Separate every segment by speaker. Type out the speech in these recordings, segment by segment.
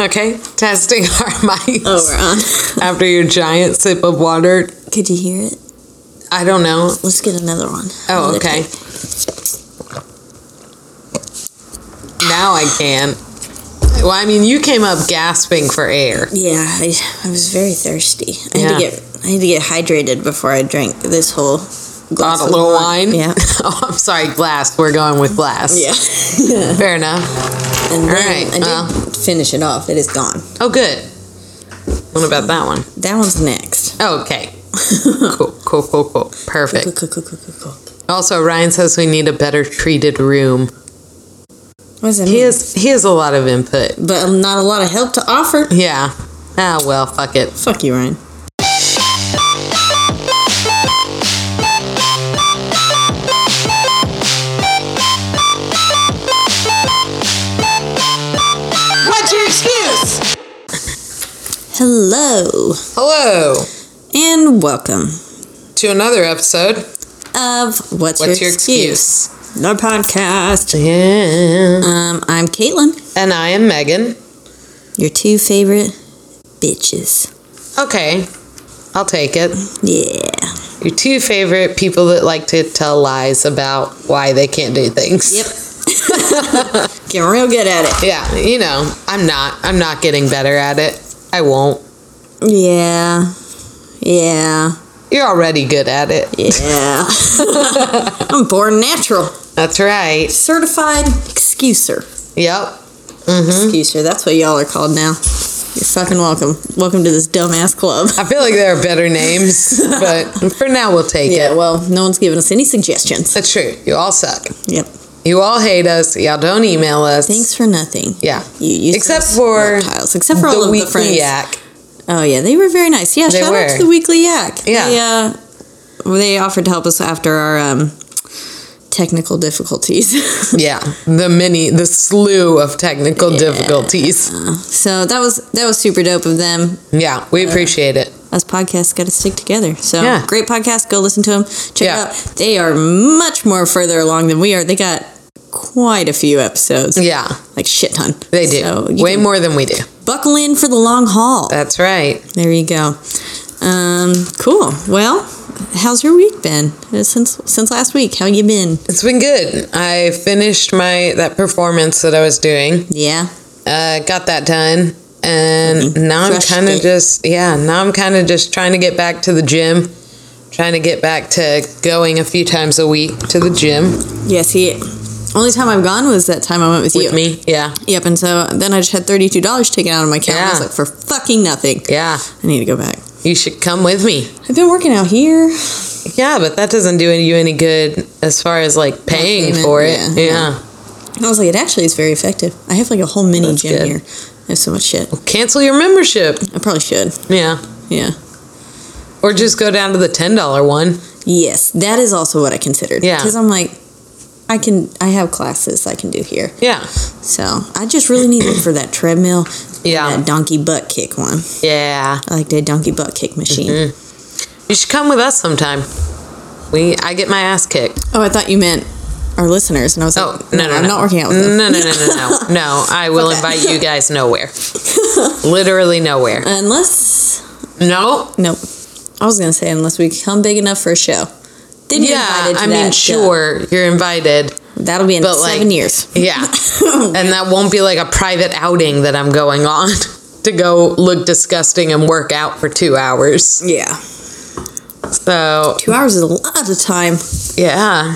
Speaker 1: Okay, testing our mics.
Speaker 2: Oh, we're on.
Speaker 1: After your giant sip of water,
Speaker 2: Could you hear it?
Speaker 1: I don't know.
Speaker 2: Let's get another one.
Speaker 1: Oh,
Speaker 2: Another
Speaker 1: okay.
Speaker 2: take.
Speaker 1: Now I can. Well, I mean, you came up gasping for air.
Speaker 2: Yeah, I, I was very thirsty. I had
Speaker 1: Yeah.
Speaker 2: to get I had to get hydrated before I drank this whole glass
Speaker 1: Got a
Speaker 2: of
Speaker 1: little wine.
Speaker 2: Yeah.
Speaker 1: oh, I'm sorry, glass. We're going with glass.
Speaker 2: Yeah.
Speaker 1: Fair enough.
Speaker 2: And then
Speaker 1: right,
Speaker 2: I did
Speaker 1: well.
Speaker 2: finish it off. It is gone.
Speaker 1: Oh, good. What about that one?
Speaker 2: That one's next.
Speaker 1: Okay. Cool, cool, cool, cool.
Speaker 2: Cool,
Speaker 1: Perfect.
Speaker 2: cool, cool, cool, cool, cool.
Speaker 1: Also, Ryan says we need a better treated room.
Speaker 2: What does that
Speaker 1: He
Speaker 2: mean?
Speaker 1: has he has a lot of input.
Speaker 2: But not a lot of help to offer.
Speaker 1: Yeah. Ah, well, fuck it.
Speaker 2: Fuck you, Ryan.
Speaker 1: What's your excuse?
Speaker 2: Hello
Speaker 1: Hello
Speaker 2: and welcome
Speaker 1: to another episode.
Speaker 2: of What's,
Speaker 1: What's
Speaker 2: Your,
Speaker 1: your
Speaker 2: Excuse? No podcast.
Speaker 1: Yeah.
Speaker 2: Um, I'm Caitlin,
Speaker 1: And I am Megan.
Speaker 2: your two favorite bitches.
Speaker 1: Okay. I'll take it.
Speaker 2: Yeah.
Speaker 1: Your two favorite people that like to tell lies about why they can't do things.
Speaker 2: Yep. Getting real good at it.
Speaker 1: Yeah, you know, I'm not. I'm not getting better at it. I won't.
Speaker 2: Yeah. Yeah.
Speaker 1: You're already good at it.
Speaker 2: Yeah. I'm born natural.
Speaker 1: That's right.
Speaker 2: Certified excuser.
Speaker 1: Yep. Mm-hmm.
Speaker 2: Excuser. That's what y'all are called now. You're fucking welcome. Welcome to this dumbass club.
Speaker 1: I feel like there are better names, but for now we'll take
Speaker 2: Yeah,
Speaker 1: it.
Speaker 2: well, no one's giving us any suggestions.
Speaker 1: That's true. You all suck.
Speaker 2: Yep.
Speaker 1: You all hate us. Y'all don't email us.
Speaker 2: Thanks for nothing.
Speaker 1: Yeah.
Speaker 2: You useless
Speaker 1: Except for
Speaker 2: reptiles. Except for all
Speaker 1: the
Speaker 2: of the
Speaker 1: weekly
Speaker 2: friends.
Speaker 1: yak.
Speaker 2: Oh yeah, they were very nice. Yeah,
Speaker 1: They
Speaker 2: shout out
Speaker 1: were.
Speaker 2: to the Weekly Yak.
Speaker 1: Yeah.
Speaker 2: They, uh, well, they offered to help us after our um, technical difficulties.
Speaker 1: Yeah. The many, the slew of technical
Speaker 2: Yeah.
Speaker 1: difficulties.
Speaker 2: Uh, so that was that was super dope of them.
Speaker 1: Yeah. We appreciate it.
Speaker 2: Us podcasts got to stick together. So
Speaker 1: Yeah.
Speaker 2: great podcast. Go listen to them. Check
Speaker 1: Yeah.
Speaker 2: it out. They are much more further along than we are. They got quite a few episodes.
Speaker 1: Yeah.
Speaker 2: Like shit ton.
Speaker 1: They do.
Speaker 2: So you
Speaker 1: Way
Speaker 2: can
Speaker 1: more than we do.
Speaker 2: Buckle in for the long haul.
Speaker 1: That's right.
Speaker 2: There you go. Um, cool. Well, how's your week been Uh, since since last week? How you been?
Speaker 1: It's been good. I finished my that performance that I was doing.
Speaker 2: Yeah.
Speaker 1: Uh, got that done. And now I'm
Speaker 2: Mm-hmm. Crushed
Speaker 1: kind of
Speaker 2: it.
Speaker 1: just yeah, now I'm kind of just trying to get back to the gym. Trying to get back to going a few times a week to the gym
Speaker 2: Yeah. See, only time I've gone was that time I went with, you.
Speaker 1: with me. Yeah.
Speaker 2: Yep. And so then I just had thirty two dollars taken out of my account. I was
Speaker 1: Yeah.
Speaker 2: like, for fucking nothing.
Speaker 1: Yeah.
Speaker 2: I need to go back.
Speaker 1: You should come with me.
Speaker 2: I've been working out here.
Speaker 1: Yeah, but that doesn't do you any good as far as like paying
Speaker 2: payment,
Speaker 1: for it.
Speaker 2: yeah,
Speaker 1: Yeah.
Speaker 2: And I was like, it actually is very effective. I have like a whole mini
Speaker 1: That's
Speaker 2: gym
Speaker 1: good.
Speaker 2: here. I have so much shit.
Speaker 1: Cancel your membership.
Speaker 2: I probably should.
Speaker 1: Yeah.
Speaker 2: Yeah.
Speaker 1: Or just go down to the $10 one.
Speaker 2: Yes, that is also what I considered.
Speaker 1: Yeah.
Speaker 2: Because I'm like, I can. I have classes I can do here.
Speaker 1: Yeah.
Speaker 2: So I just really need it for that treadmill. and
Speaker 1: Yeah.
Speaker 2: That donkey butt kick one.
Speaker 1: Yeah.
Speaker 2: I like that donkey butt kick machine.
Speaker 1: You should come with us sometime. We I get my ass kicked.
Speaker 2: Oh, I thought you meant our listeners, and I was
Speaker 1: Mm-hmm. Oh,
Speaker 2: like,
Speaker 1: no, no, no.
Speaker 2: I'm not working out with
Speaker 1: no,
Speaker 2: them.
Speaker 1: no, no, no, no. No, I will
Speaker 2: Okay.
Speaker 1: invite you guys nowhere. Literally nowhere.
Speaker 2: Unless,
Speaker 1: No.
Speaker 2: nope. I was gonna say unless we come big enough for a show. Then you're
Speaker 1: Yeah,
Speaker 2: invited to
Speaker 1: I
Speaker 2: that
Speaker 1: mean
Speaker 2: show.
Speaker 1: sure, you're invited.
Speaker 2: That'll be in
Speaker 1: But,
Speaker 2: seven
Speaker 1: like-
Speaker 2: years.
Speaker 1: Yeah. and that won't be like a private outing that I'm going on to go look disgusting and work out for two hours.
Speaker 2: Yeah,
Speaker 1: So
Speaker 2: two hours is a lot of time.
Speaker 1: yeah,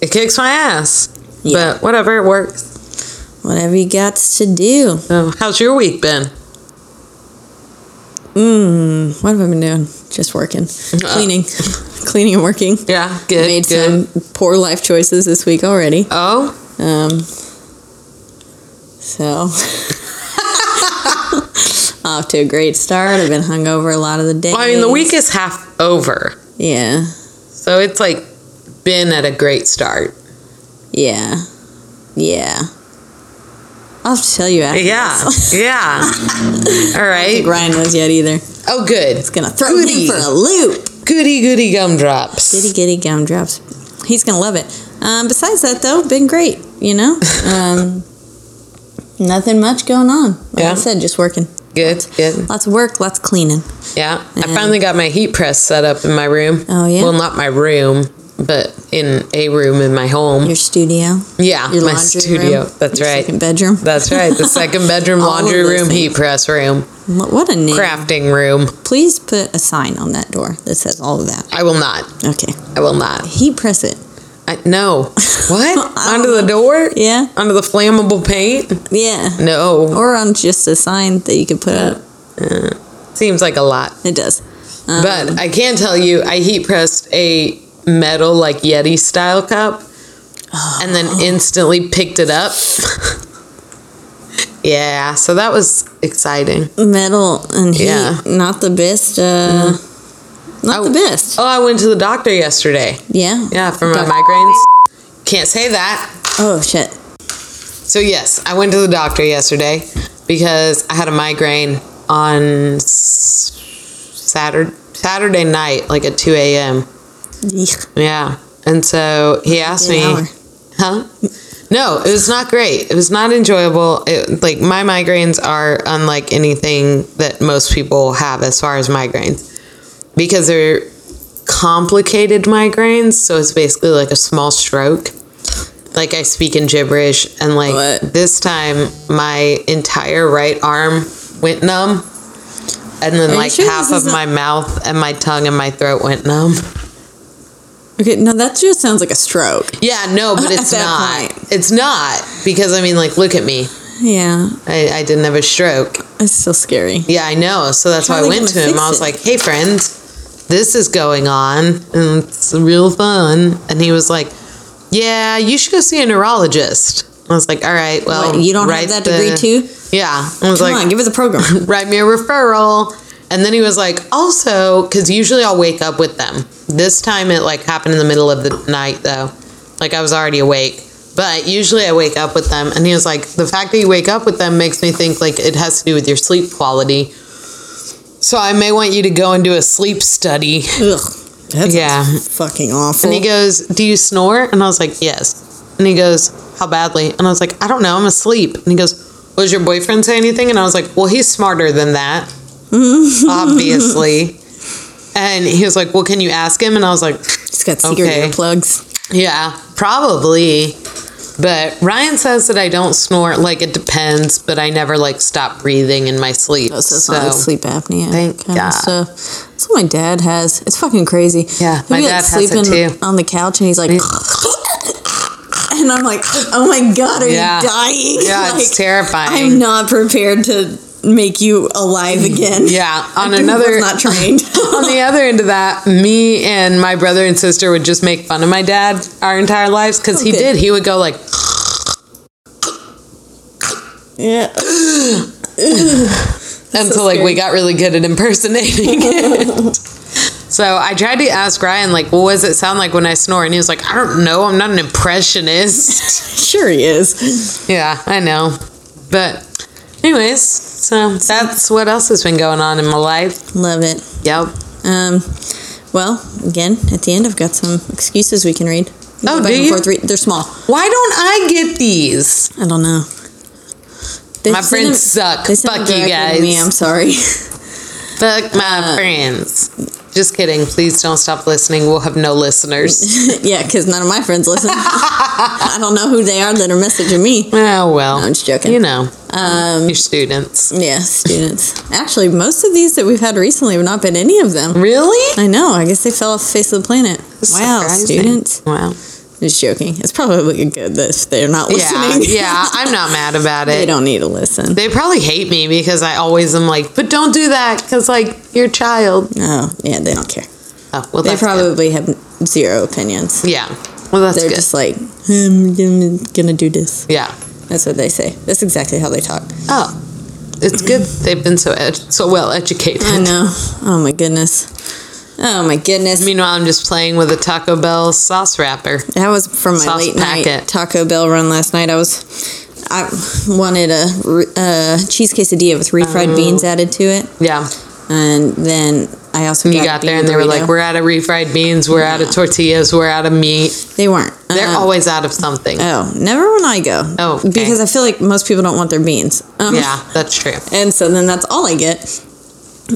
Speaker 1: it kicks my ass,
Speaker 2: Yeah,
Speaker 1: but whatever, it works.
Speaker 2: whatever you got to do.
Speaker 1: So how's your week been?
Speaker 2: Mm, what have I been doing? Just working, cleaning, cleaning and working.
Speaker 1: Yeah, Uh. good.
Speaker 2: Made
Speaker 1: good.
Speaker 2: some poor life choices this week already.
Speaker 1: Oh,
Speaker 2: Um, so off to a great start. I've been hungover a lot of the day.
Speaker 1: well, I mean the week is half over,
Speaker 2: Yeah,
Speaker 1: so it's like been at a great start.
Speaker 2: yeah, yeah. I'll have to tell you after.
Speaker 1: Yeah,
Speaker 2: this.
Speaker 1: yeah. All
Speaker 2: I think
Speaker 1: right.
Speaker 2: Ryan was yet either.
Speaker 1: Oh, good.
Speaker 2: It's gonna throw
Speaker 1: Goody.
Speaker 2: him for a loop.
Speaker 1: Goody goody gumdrops.
Speaker 2: Giddy giddy gumdrops. He's gonna love it. Um, besides that though, been great. You know. Um, Nothing much going on. Like
Speaker 1: Yeah.
Speaker 2: I said, just working.
Speaker 1: Good, good.
Speaker 2: Lots of work, lots of cleaning.
Speaker 1: Yeah. I
Speaker 2: And-
Speaker 1: finally got my heat press set up in my room.
Speaker 2: Oh, yeah?
Speaker 1: Well, not my room, but in a room in my home.
Speaker 2: Your studio.
Speaker 1: yeah,
Speaker 2: Your
Speaker 1: my
Speaker 2: laundry
Speaker 1: studio.
Speaker 2: room,
Speaker 1: That's
Speaker 2: your
Speaker 1: right.
Speaker 2: Second bedroom.
Speaker 1: That's right. The second bedroom,
Speaker 2: All of
Speaker 1: laundry
Speaker 2: those
Speaker 1: room,
Speaker 2: things.
Speaker 1: heat press room,
Speaker 2: what a name.
Speaker 1: crafting room.
Speaker 2: Please put a sign on that door that says all of that.
Speaker 1: I will not.
Speaker 2: Okay.
Speaker 1: I will not.
Speaker 2: Heat press it.
Speaker 1: I, no. What?
Speaker 2: I don't
Speaker 1: Under the door?
Speaker 2: Yeah.
Speaker 1: Under the flammable paint?
Speaker 2: Yeah.
Speaker 1: No.
Speaker 2: Or on just a sign that you could put up.
Speaker 1: Seems like a lot.
Speaker 2: It does. Um,
Speaker 1: But I can tell you, I heat pressed a metal, like Yeti style cup and
Speaker 2: Oh.
Speaker 1: then instantly picked it up. yeah, so that was exciting.
Speaker 2: metal and heat,
Speaker 1: Yeah.
Speaker 2: not the best. Uh, Not
Speaker 1: Oh.
Speaker 2: the best.
Speaker 1: Oh, I went to the doctor yesterday.
Speaker 2: Yeah.
Speaker 1: Yeah, for my
Speaker 2: Doc-
Speaker 1: migraines. Can't say that.
Speaker 2: Oh, shit.
Speaker 1: So, yes, I went to the doctor yesterday because I had a migraine on s- Saturday, Saturday night, like at 2 a.m.
Speaker 2: Yeek.
Speaker 1: Yeah. And so he asked
Speaker 2: An
Speaker 1: me,
Speaker 2: hour.
Speaker 1: huh? No, it was not great. It was not enjoyable. It, like my migraines are unlike anything that most people have as far as migraines because they're complicated migraines. So it's basically like a small stroke. Like I speak in gibberish and like
Speaker 2: What?
Speaker 1: this time my entire right arm went numb. And then
Speaker 2: Are you
Speaker 1: like
Speaker 2: sure
Speaker 1: half
Speaker 2: this
Speaker 1: of
Speaker 2: is not-
Speaker 1: my mouth and my tongue and my throat went numb.
Speaker 2: Okay, no, that just sounds like a stroke.
Speaker 1: Yeah, no, but
Speaker 2: At
Speaker 1: it's
Speaker 2: that
Speaker 1: not.
Speaker 2: point.
Speaker 1: It's not because I mean, like, look at me.
Speaker 2: Yeah,
Speaker 1: I, I didn't have a stroke.
Speaker 2: it's so scary.
Speaker 1: Yeah, I know. So that's
Speaker 2: How
Speaker 1: why
Speaker 2: are
Speaker 1: I
Speaker 2: they
Speaker 1: went to
Speaker 2: gonna
Speaker 1: him.
Speaker 2: fix
Speaker 1: I was
Speaker 2: it?
Speaker 1: like, "Hey, friend, this is going on, and it's real fun." And he was like, "Yeah, you should go see a neurologist." I was like, "All right, well,
Speaker 2: What, you don't
Speaker 1: write
Speaker 2: have that
Speaker 1: the-
Speaker 2: degree too?
Speaker 1: Yeah, I was
Speaker 2: Come
Speaker 1: like,
Speaker 2: on, give us a program.
Speaker 1: write me a referral. And then he was like, also, because usually I'll wake up with them. This time it like happened in the middle of the night though. Like I was already awake. But usually I wake up with them. And he was like, the fact that you wake up with them makes me think like it has to do with your sleep quality. So I may want you to go and do a sleep study.
Speaker 2: Ugh, that's
Speaker 1: Yeah.
Speaker 2: fucking awful.
Speaker 1: And he goes, Do you snore? And I was like, Yes. And he goes, How badly? And I was like, I don't know. I'm asleep. And he goes, well, Does your boyfriend say anything? And I was like, Well, he's smarter than that,
Speaker 2: Mm-hmm.
Speaker 1: obviously. And he was like, Well, can you ask him? And I was like,
Speaker 2: He's got secret
Speaker 1: Okay.
Speaker 2: earplugs.
Speaker 1: Yeah, probably. But Ryan says that I don't snore. Like, it depends, but I never like stop breathing in my sleep.
Speaker 2: So it's
Speaker 1: so
Speaker 2: not like sleep apnea.
Speaker 1: Thank
Speaker 2: kinda
Speaker 1: God.
Speaker 2: stuff. That's what my dad has. It's fucking crazy.
Speaker 1: Yeah,
Speaker 2: He'll
Speaker 1: my
Speaker 2: be,
Speaker 1: dad
Speaker 2: like
Speaker 1: has it,
Speaker 2: sleeping
Speaker 1: too.
Speaker 2: on the couch and he's like, and I'm like, oh my god, are
Speaker 1: Yeah.
Speaker 2: you dying?
Speaker 1: yeah,
Speaker 2: Like,
Speaker 1: it's terrifying.
Speaker 2: I'm not prepared to make you alive again.
Speaker 1: Yeah, on
Speaker 2: I
Speaker 1: another
Speaker 2: was not trained.
Speaker 1: on the other end of that, me and my brother and sister would just make fun of my dad our entire lives because he
Speaker 2: Okay.
Speaker 1: did. He would go like,
Speaker 2: yeah.
Speaker 1: and
Speaker 2: so
Speaker 1: so like we
Speaker 2: scary.
Speaker 1: got really good at impersonating it. so I tried to ask Ryan like, well, what does it sound like when I snore? And he was like, I don't know. I'm not an impressionist.
Speaker 2: Sure he is.
Speaker 1: yeah, I know. But anyways, so that's what else has been going on in my life.
Speaker 2: Love it.
Speaker 1: Yep.
Speaker 2: Um, well, again, at the end, I've got some excuses we can read.
Speaker 1: Oh,
Speaker 2: Go
Speaker 1: do you?
Speaker 2: forth, read- They're small.
Speaker 1: Why don't I get these?
Speaker 2: I don't know. They
Speaker 1: My
Speaker 2: sent
Speaker 1: friends
Speaker 2: them-
Speaker 1: suck.
Speaker 2: they sent
Speaker 1: Fuck
Speaker 2: them
Speaker 1: you
Speaker 2: directly to Me,
Speaker 1: guys.
Speaker 2: I'm sorry.
Speaker 1: Fuck
Speaker 2: Uh,
Speaker 1: my friends. Just kidding. Please don't stop listening. We'll have no listeners.
Speaker 2: yeah, because none of my friends listen. I don't know who they are that are messaging me.
Speaker 1: oh, well.
Speaker 2: I'm just joking.
Speaker 1: You know,
Speaker 2: Um,
Speaker 1: your students.
Speaker 2: yeah, students. Actually, most of these that we've had recently have not been any of them.
Speaker 1: Really?
Speaker 2: I know. I guess they fell off the face of the planet. wow,
Speaker 1: Surprising.
Speaker 2: students.
Speaker 1: Wow.
Speaker 2: Just joking. It's probably good that they're not
Speaker 1: Yeah,
Speaker 2: listening.
Speaker 1: yeah. I'm not mad about
Speaker 2: they
Speaker 1: it. They,
Speaker 2: don't need to listen.
Speaker 1: probably hate me because I always am like, but don't do that because, like, you're a child.
Speaker 2: Oh, yeah, they don't care.
Speaker 1: Oh, well,
Speaker 2: They
Speaker 1: that's good.
Speaker 2: probably have zero opinions.
Speaker 1: Yeah. Well, that's
Speaker 2: They're
Speaker 1: good.
Speaker 2: just like, "Hmm, I'm gonna, gonna do this.
Speaker 1: yeah.
Speaker 2: That's what they say. That's exactly how they talk.
Speaker 1: Oh. It's good they've been so ed- so well educated.
Speaker 2: I know. Oh my goodness. Oh my goodness.
Speaker 1: Meanwhile, I'm just playing with a Taco Bell sauce wrapper.
Speaker 2: That was from my
Speaker 1: Sauce
Speaker 2: late
Speaker 1: packet.
Speaker 2: night Taco Bell run last night. I was, I wanted a, uh,
Speaker 1: Oh.
Speaker 2: re- a cheese quesadilla with refried beans added to it.
Speaker 1: Yeah.
Speaker 2: And then I also
Speaker 1: You got
Speaker 2: a
Speaker 1: there
Speaker 2: bean
Speaker 1: and they were
Speaker 2: burrito.
Speaker 1: like, we're out of refried beans, we're out of tortillas, we're out of meat.
Speaker 2: they weren't.
Speaker 1: They're
Speaker 2: Um,
Speaker 1: always out of something.
Speaker 2: Oh, never when I go.
Speaker 1: Oh, okay.
Speaker 2: because I feel like most people don't want their beans. Um,
Speaker 1: yeah, that's true.
Speaker 2: and so then that's all I get.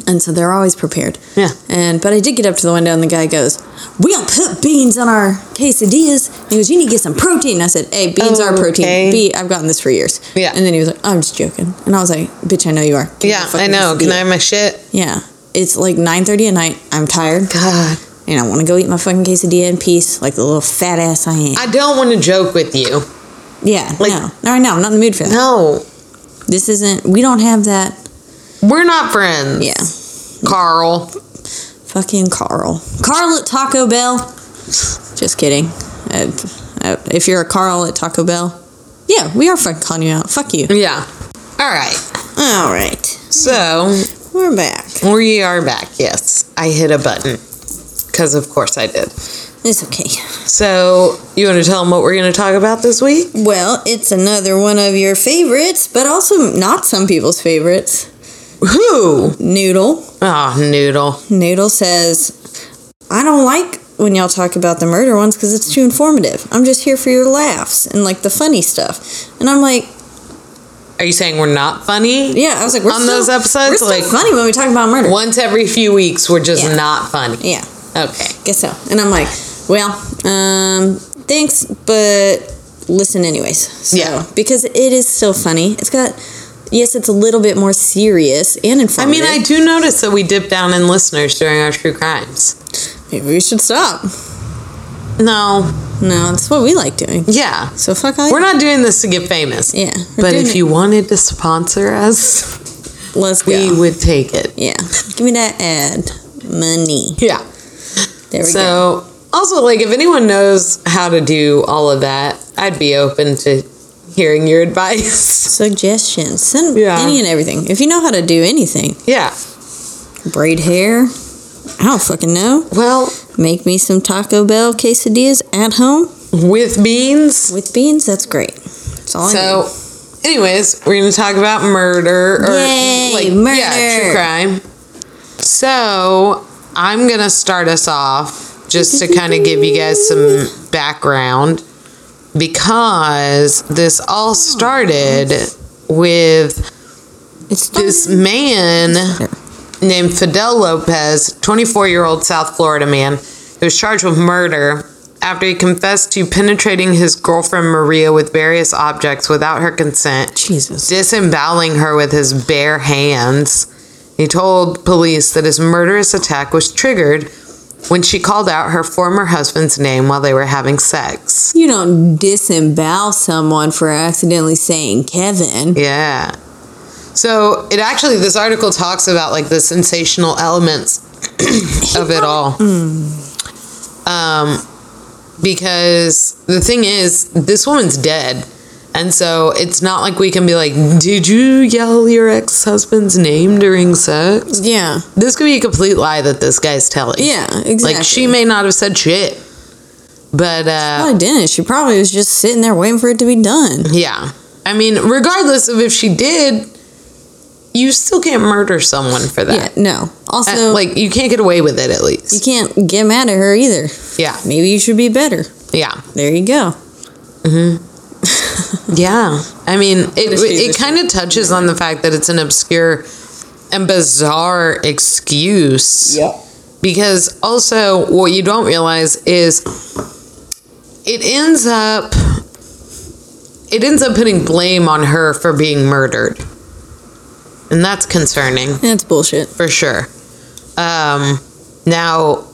Speaker 2: And so they're always prepared.
Speaker 1: Yeah.
Speaker 2: And but I did get up to the window and the guy goes, "We don't put beans on our quesadillas." And he goes, "You need to get some protein." I said, "Hey, beans
Speaker 1: Oh,
Speaker 2: are protein.
Speaker 1: okay.
Speaker 2: B, I've gotten this for years."
Speaker 1: Yeah.
Speaker 2: And then he was like, "I'm just joking." And I was like, "Bitch, I know you are." Give me
Speaker 1: Yeah,
Speaker 2: a
Speaker 1: I
Speaker 2: fucking
Speaker 1: know. Can I
Speaker 2: quesadilla."
Speaker 1: have my shit?
Speaker 2: Yeah. It's like 9:30 at night. I'm tired,
Speaker 1: God.
Speaker 2: and I want to go eat my fucking quesadilla in peace, like the little fat ass I am.
Speaker 1: I don't want to joke with you.
Speaker 2: yeah.
Speaker 1: like-
Speaker 2: no. No, no, I'm not in the mood for that.
Speaker 1: No.
Speaker 2: This isn't. We don't have that.
Speaker 1: We're not friends.
Speaker 2: Yeah.
Speaker 1: Carl.
Speaker 2: Fucking Carl. Carl at Taco Bell. Just kidding. Uh, uh, if you're a Carl at Taco Bell, yeah, we are fucking calling you out. Fuck you.
Speaker 1: Yeah. All right.
Speaker 2: All right,
Speaker 1: So
Speaker 2: we're back.
Speaker 1: we are back. Yes. I hit a button. Because of course I did.
Speaker 2: It's okay.
Speaker 1: So you want to tell them what we're going to talk about this week?
Speaker 2: Well, it's another one of your favorites, but also not some people's favorites.
Speaker 1: Who?
Speaker 2: Noodle.
Speaker 1: Oh, noodle.
Speaker 2: Noodle says, I don't like when y'all talk about the murder ones because it's too informative. I'm just here for your laughs and like the funny stuff. And I'm like,
Speaker 1: Are you saying we're not funny?
Speaker 2: yeah, I was like, we're
Speaker 1: On
Speaker 2: still-
Speaker 1: those episodes,
Speaker 2: we're still
Speaker 1: like-
Speaker 2: funny when we talk about murder.
Speaker 1: Once every few weeks, we're just
Speaker 2: Yeah.
Speaker 1: not funny.
Speaker 2: Yeah,
Speaker 1: Okay.
Speaker 2: guess so. And I'm like, well, um, thanks, but listen anyways. So,
Speaker 1: Yeah.
Speaker 2: Because it is still funny. It's got, yes, it's a little bit more serious and
Speaker 1: I
Speaker 2: informative.
Speaker 1: mean, I do notice that we dip down in listeners during our true crimes.
Speaker 2: maybe we should stop.
Speaker 1: No.
Speaker 2: No, that's what we like doing.
Speaker 1: Yeah.
Speaker 2: So fuck all.
Speaker 1: We're not doing this to get famous.
Speaker 2: Yeah, we're
Speaker 1: But
Speaker 2: doing
Speaker 1: if
Speaker 2: it-
Speaker 1: you wanted to sponsor us,
Speaker 2: let's go.
Speaker 1: we would take it.
Speaker 2: yeah, give me that ad money.
Speaker 1: Yeah.
Speaker 2: There we go.
Speaker 1: So, also, like, if anyone knows how to do all of that, I'd be open to hearing your advice.
Speaker 2: Suggestions. Send
Speaker 1: Yeah.
Speaker 2: any and everything. If you know how to do anything,
Speaker 1: yeah.
Speaker 2: braid hair. I don't fucking know.
Speaker 1: Well,
Speaker 2: Make me some Taco Bell quesadillas at home
Speaker 1: with beans.
Speaker 2: with beans. That's great. That's
Speaker 1: Oh,
Speaker 2: all I
Speaker 1: So, anyways, we're going to talk about murder or
Speaker 2: Yay,
Speaker 1: like yeah, true
Speaker 2: murder.
Speaker 1: crime. So, I'm going to start us off just to kind of give you guys some background because this all started with
Speaker 2: need. Um, It's
Speaker 1: this man named Fidel Lopez, 24 year old South Florida man, who was charged with murder after he confessed to penetrating his girlfriend Maria with various objects without her consent,
Speaker 2: Jesus.
Speaker 1: disemboweling her with his bare hands. He told police that his murderous attack was triggered when she called out her former husband's name while they were having sex.
Speaker 2: You don't disembowel someone for accidentally saying Kevin.
Speaker 1: Yeah. So it actually, this article talks about like the sensational elements of it all.
Speaker 2: Hmm.
Speaker 1: Um, because the thing is, this woman's dead. And so it's not like we can be like, did you yell your ex husband's name during sex?
Speaker 2: Yeah.
Speaker 1: This could be a complete lie that this guy's telling.
Speaker 2: Yeah. Exactly.
Speaker 1: Like, she may not have said shit. But, uh,
Speaker 2: probably didn't. She probably was just sitting there waiting for it to be done.
Speaker 1: Yeah. I mean, regardless of if she did, you still can't murder someone for
Speaker 2: Yeah.
Speaker 1: that.
Speaker 2: No. Also,
Speaker 1: Uh, like, you can't get away with it at
Speaker 2: you
Speaker 1: least.
Speaker 2: can't get mad at her either.
Speaker 1: Yeah.
Speaker 2: Maybe you should be better.
Speaker 1: Yeah.
Speaker 2: There you go.
Speaker 1: Yeah. I mean, it,
Speaker 2: is she-
Speaker 1: it
Speaker 2: is she-
Speaker 1: kind of touches on the fact that it's an obscure and bizarre excuse.
Speaker 2: Yep.
Speaker 1: Because also, what you don't realize is it ends up. It ends up putting blame on her for being murdered. And that's concerning.
Speaker 2: That's bullshit.
Speaker 1: for sure. Um, now,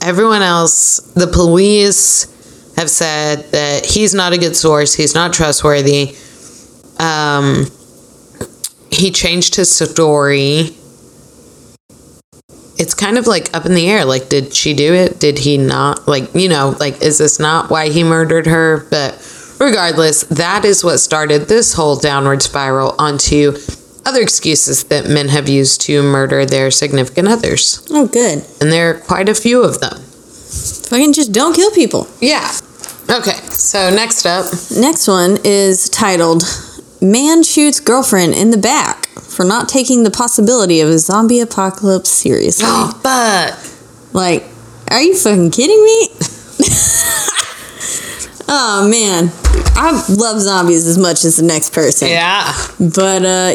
Speaker 1: everyone else, the police have said that he's not a good source. He's not trustworthy. Um, he changed his story. It's kind of like up in the air. Like, did she do it? Did he not? Like, you know, like, is this not why he murdered her? But regardless, that is what started this whole downward spiral onto other excuses that men have used to murder their significant others.
Speaker 2: Oh, good.
Speaker 1: And there are quite a few of them.
Speaker 2: Fucking just don't kill people.
Speaker 1: Yeah. Okay, so next up.
Speaker 2: Next one is titled Man shoots girlfriend in the back for not taking the possibility of a zombie apocalypse seriously.
Speaker 1: Oh, fuck.
Speaker 2: Like, are you fucking kidding me? oh man, I love zombies as much as the next person.
Speaker 1: Yeah.
Speaker 2: But uh,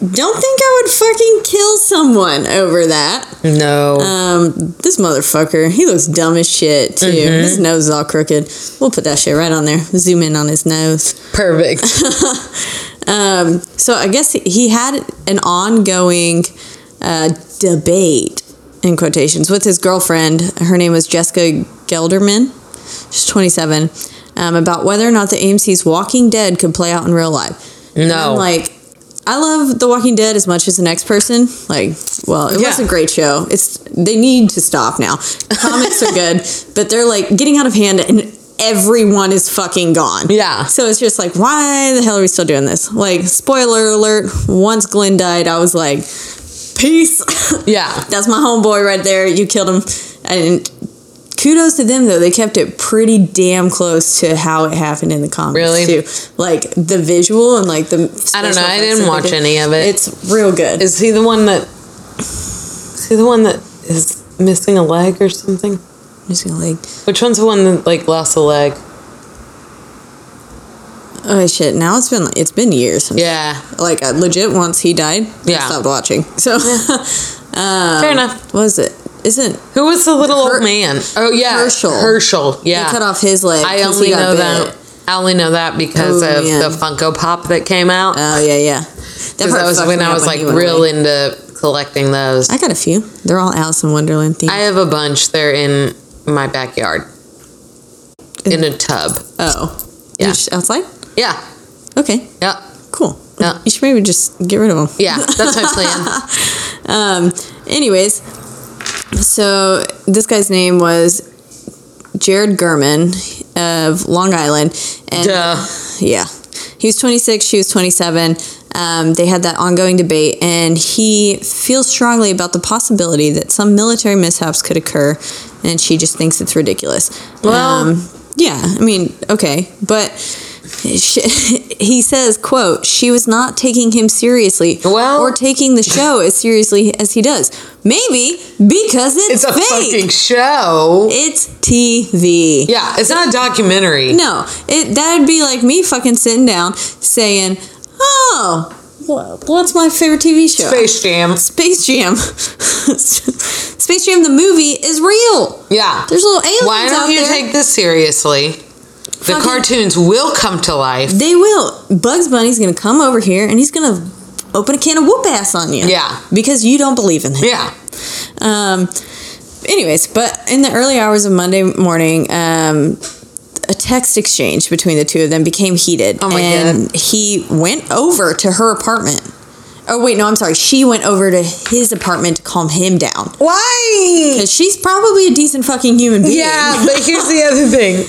Speaker 2: don't think I would fucking kill someone over that.
Speaker 1: No.
Speaker 2: Um, this motherfucker, he looks dumb as shit too. His nose is all crooked. We'll put that shit right on there. Zoom in on his nose.
Speaker 1: Perfect.
Speaker 2: Um, so I guess he had an ongoing uh, debate in quotations with his girlfriend. Her name was Jessica Gelderman. She's 27. Um, about whether or not the AMC's Walking Dead could play out in real life. And
Speaker 1: No.
Speaker 2: I'm like, I love The Walking Dead as much as the next person. Like, well, it was
Speaker 1: Yeah.
Speaker 2: a great show. It's they need to stop now. Comics are good, but they're like getting out of hand and everyone is fucking gone.
Speaker 1: Yeah.
Speaker 2: So it's just like, why the hell are we still doing this? Like, spoiler alert, once Glenn died, I was like, peace.
Speaker 1: yeah.
Speaker 2: That's my homeboy right there. You killed him. And kudos to them though. They kept it pretty damn close to how it happened in the comics
Speaker 1: Really?
Speaker 2: too. Like the visual and like the
Speaker 1: I don't
Speaker 2: special
Speaker 1: know. I
Speaker 2: effects
Speaker 1: didn't
Speaker 2: that they
Speaker 1: watch
Speaker 2: did.
Speaker 1: any of it.
Speaker 2: It's real good.
Speaker 1: Is he the one that? Is he the one that is missing a leg or something?
Speaker 2: missing a leg.
Speaker 1: Which one's the one that like lost a leg?
Speaker 2: Oh shit! Now it's been it's been years.
Speaker 1: Yeah.
Speaker 2: Like I legit, once he died, I
Speaker 1: Yeah.
Speaker 2: stopped watching. So
Speaker 1: Fair enough.
Speaker 2: what was it? Isn't
Speaker 1: Who was the little
Speaker 2: Her-
Speaker 1: old man? Oh yeah,
Speaker 2: Herschel.
Speaker 1: Herschel.
Speaker 2: they
Speaker 1: Yeah.
Speaker 2: cut off his leg?
Speaker 1: I
Speaker 2: 'cause
Speaker 1: only
Speaker 2: he got
Speaker 1: know
Speaker 2: bit.
Speaker 1: that. I only know that because
Speaker 2: Oh,
Speaker 1: of
Speaker 2: man.
Speaker 1: the Funko Pop that came out.
Speaker 2: Oh yeah, yeah.
Speaker 1: Because that was
Speaker 2: fucked
Speaker 1: when
Speaker 2: me
Speaker 1: I
Speaker 2: up
Speaker 1: was like
Speaker 2: he went
Speaker 1: real
Speaker 2: away.
Speaker 1: into collecting those.
Speaker 2: I got a few. They're all Alice in Wonderland themed.
Speaker 1: I have a bunch. They're in my backyard, in a tub.
Speaker 2: oh,
Speaker 1: Yeah.
Speaker 2: You just outside.
Speaker 1: Yeah.
Speaker 2: Okay,
Speaker 1: Yeah.
Speaker 2: cool.
Speaker 1: Yeah.
Speaker 2: You should maybe just get rid of them.
Speaker 1: Yeah. That's my plan.
Speaker 2: Um. Anyways, so this guy's name was Jared Gurman of Long Island, and
Speaker 1: Duh.
Speaker 2: yeah he was 26 she was 27 um, they had that ongoing debate and he feels strongly about the possibility that some military mishaps could occur and she just thinks it's ridiculous
Speaker 1: Well-
Speaker 2: um, yeah i mean okay but she, he says quote she was not taking him seriously
Speaker 1: Well-
Speaker 2: or taking the show as seriously as he does maybe because
Speaker 1: It's
Speaker 2: it's,
Speaker 1: a
Speaker 2: fake
Speaker 1: fucking show.
Speaker 2: it's tv
Speaker 1: Yeah, it's not a documentary.
Speaker 2: No, it that'd be like me fucking sitting down saying, "Oh, wh- what's my favorite TV show?
Speaker 1: Space Jam.
Speaker 2: Space Jam. Space Jam the movie is real.
Speaker 1: Yeah.
Speaker 2: There's little aliens
Speaker 1: Why
Speaker 2: out
Speaker 1: don't you
Speaker 2: there.
Speaker 1: take this seriously? The
Speaker 2: Fucking-
Speaker 1: cartoons will come to life.
Speaker 2: they will. Bugs Bunny's gonna come over here and he's gonna open a can of whoop ass on you.
Speaker 1: Yeah.
Speaker 2: because you don't believe in him.
Speaker 1: Yeah.
Speaker 2: Um, anyways, but in the early hours of Monday morning, um, a text exchange between the two of them became heated.
Speaker 1: Oh my
Speaker 2: and he went over to her apartment. Oh, wait, no, I'm sorry. She went over to his apartment to calm him down.
Speaker 1: Why?
Speaker 2: 'Cause she's probably a decent fucking human being.
Speaker 1: Oh. Yeah, but here's the other thing.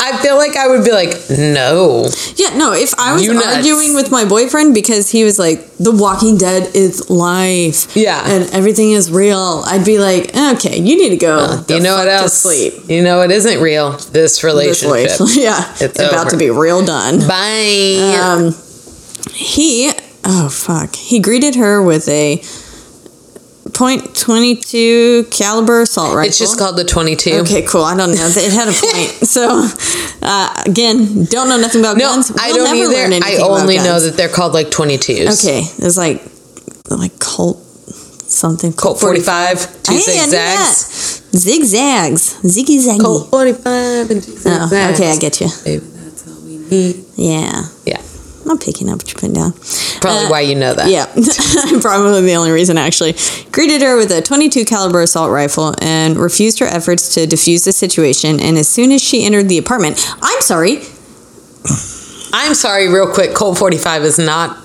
Speaker 1: I feel like I would be like, no.
Speaker 2: Yeah, no, if I was
Speaker 1: You nuts.
Speaker 2: arguing with my boyfriend because he was like, The Walking Dead is life.
Speaker 1: Yeah.
Speaker 2: And everything is real, I'd be like, Okay, you need to go. the
Speaker 1: Uh, you know what
Speaker 2: fuck to
Speaker 1: else?
Speaker 2: sleep.
Speaker 1: You know it isn't real. This
Speaker 2: this
Speaker 1: relationship.
Speaker 2: way. yeah,
Speaker 1: It's
Speaker 2: about
Speaker 1: over.
Speaker 2: to be real done.
Speaker 1: Bye.
Speaker 2: Um, he, oh fuck, he greeted her with a point twenty two caliber assault rifle.
Speaker 1: it's just called the 22.
Speaker 2: Okay, cool. I don't know. It had a point. so, uh, again, don't know nothing about
Speaker 1: No,
Speaker 2: guns. We'll
Speaker 1: I don't
Speaker 2: never learn
Speaker 1: either. I
Speaker 2: anything about
Speaker 1: only know
Speaker 2: guns.
Speaker 1: that they're called like 22s.
Speaker 2: Okay, it's like like Colt something.
Speaker 1: Colt 45, two
Speaker 2: Hey, I knew
Speaker 1: zigzags.
Speaker 2: that. Zigzags. Ziggy zaggy.
Speaker 1: Colt 45 and two
Speaker 2: Oh,
Speaker 1: zigzags.
Speaker 2: okay, I get you.
Speaker 1: Baby, that's all we need.
Speaker 2: Yeah.
Speaker 1: Yeah.
Speaker 2: I'm picking up what you're putting down.
Speaker 1: Probably
Speaker 2: Uh,
Speaker 1: why you know that.
Speaker 2: Yeah, probably the only reason actually. Greeted her with a 22 caliber assault rifle and refused her efforts to defuse the situation. And as soon as she entered the apartment, I'm sorry,
Speaker 1: I'm sorry, real quick. Colt 45 is not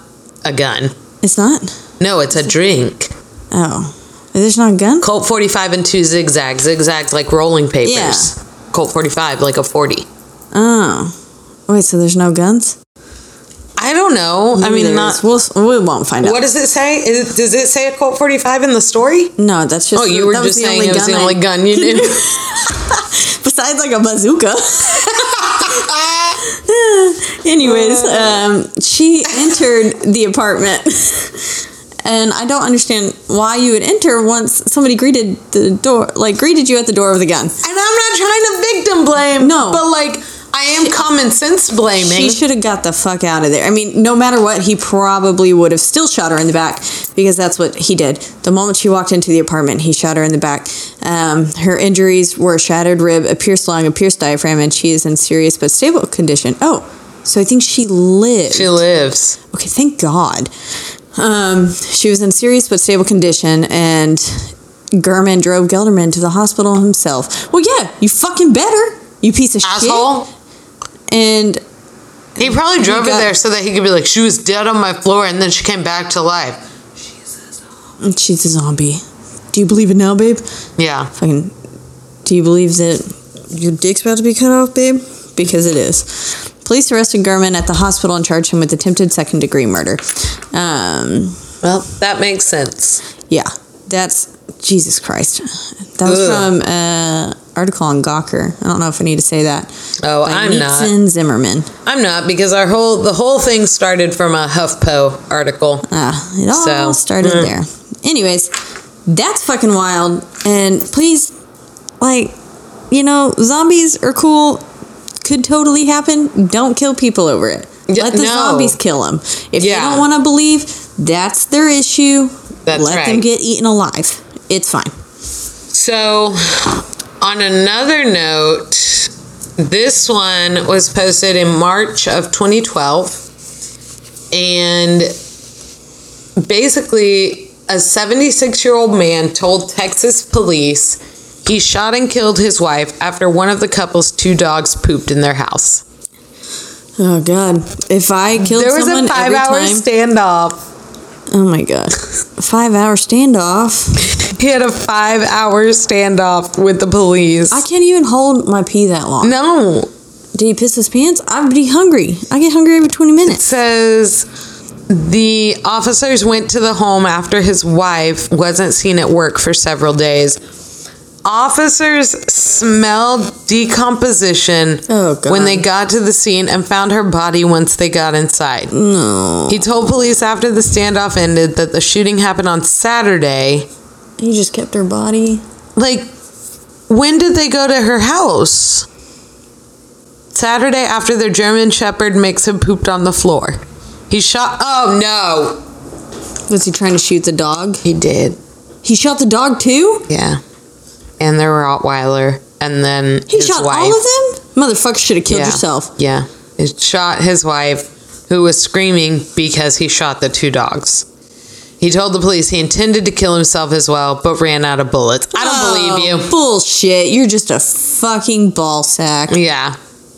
Speaker 1: a gun.
Speaker 2: it's not.
Speaker 1: No, it's a drink.
Speaker 2: Oh, there's not a gun.
Speaker 1: Colt 45 and two zigzags. Zigzags like rolling papers.
Speaker 2: Yeah.
Speaker 1: Colt 45, like a 40.
Speaker 2: Oh, wait, so there's no guns?
Speaker 1: I don't know. I mean,
Speaker 2: There
Speaker 1: not.
Speaker 2: is. we'll we won't find out.
Speaker 1: What does it say? Is, does it say a Colt 45 in the story?
Speaker 2: No, that's just
Speaker 1: Oh, you were
Speaker 2: that was
Speaker 1: just
Speaker 2: the
Speaker 1: saying it was the
Speaker 2: gun I-
Speaker 1: only gun you knew. Uh,
Speaker 2: besides like a bazooka. Anyways, um, she entered the apartment. And I don't understand why you would enter once somebody greeted the door, like greeted you at the door with a gun.
Speaker 1: And I'm not trying to victim blame.
Speaker 2: No.
Speaker 1: But like, I am common sense blaming.
Speaker 2: She should have got the fuck out of there. I mean, no matter what, he probably would have still shot her in the back because that's what he did. The moment she walked into the apartment, he shot her in the back. Um, her injuries were a shattered rib, a pierced lung, a pierced diaphragm, and she is in serious but stable condition. Oh, so I think she lived.
Speaker 1: she lives.
Speaker 2: okay, thank God. Um, she was in serious but stable condition, and Gurman drove Gelderman to the hospital himself. Well, yeah, you fucking better, you piece of
Speaker 1: Asshole.
Speaker 2: shit. And
Speaker 1: He probably drove her
Speaker 2: got-
Speaker 1: there so that he could be like, she was dead on my floor and then she came back to life.
Speaker 2: She's a zombie. Do you believe it now, babe?
Speaker 1: Yeah.
Speaker 2: Fucking. Do you believe that your dick's about to be cut off, babe? Because it is. Police arrested Gurman at the hospital and charged him with attempted second degree murder. Um,
Speaker 1: Well, that makes sense.
Speaker 2: yeah, that's Jesus Christ. That was
Speaker 1: Ugh.
Speaker 2: from an article on Gawker. I don't know if I need to say that.
Speaker 1: Oh,
Speaker 2: By
Speaker 1: I'm not.
Speaker 2: Nitzan Zimmerman.
Speaker 1: I'm not because our whole the whole thing started from a HuffPo article.
Speaker 2: Ah, it all
Speaker 1: So,
Speaker 2: started
Speaker 1: mm.
Speaker 2: there. Anyways, that's fucking wild. And please, like, you know, zombies are cool. Could totally happen. Don't kill people over it.
Speaker 1: Yeah,
Speaker 2: Let the
Speaker 1: no.
Speaker 2: zombies kill them. If they
Speaker 1: Yeah.
Speaker 2: don't want to believe, that's their issue.
Speaker 1: That's
Speaker 2: Let them
Speaker 1: right.
Speaker 2: get eaten alive. It's fine.
Speaker 1: So, on another note, this one was posted in March of 2012. And basically, a 76 year old man told Texas police he shot and killed his wife after one of the couple's two dogs pooped in their house.
Speaker 2: Oh God! If I killed
Speaker 1: There was
Speaker 2: someone
Speaker 1: a five
Speaker 2: every
Speaker 1: hour
Speaker 2: time,
Speaker 1: standoff.
Speaker 2: oh my God, five hour standoff.
Speaker 1: He had a five hour standoff with the police.
Speaker 2: I can't even hold my pee that long.
Speaker 1: no.
Speaker 2: Did he piss his pants? I'd be hungry. I get hungry every 20 minutes.
Speaker 1: says the officers went to the home after his wife wasn't seen at work for several days. Officers smelled decomposition
Speaker 2: Oh, God.
Speaker 1: when they got to the scene and found her body once they got inside.
Speaker 2: No.
Speaker 1: He told police after the standoff ended that the shooting happened on Saturday.
Speaker 2: He just kept her body.
Speaker 1: Like, when did they go to her house? Saturday after their German Shepherd mix him pooped on the floor. He shot. Oh no!
Speaker 2: Was he trying to shoot the dog?
Speaker 1: He did.
Speaker 2: He shot the dog too?
Speaker 1: Yeah. And there were Rottweiler. And then
Speaker 2: He
Speaker 1: his
Speaker 2: shot
Speaker 1: wife.
Speaker 2: all of them? Motherfucker should have killed
Speaker 1: yeah.
Speaker 2: yourself.
Speaker 1: Yeah. He shot his wife, who was screaming because he shot the two dogs. He told the police he intended to kill himself as well, but ran out of bullets. I don't
Speaker 2: Oh,
Speaker 1: believe
Speaker 2: Bullshit. You're just a fucking ball sack.
Speaker 1: you. Yeah.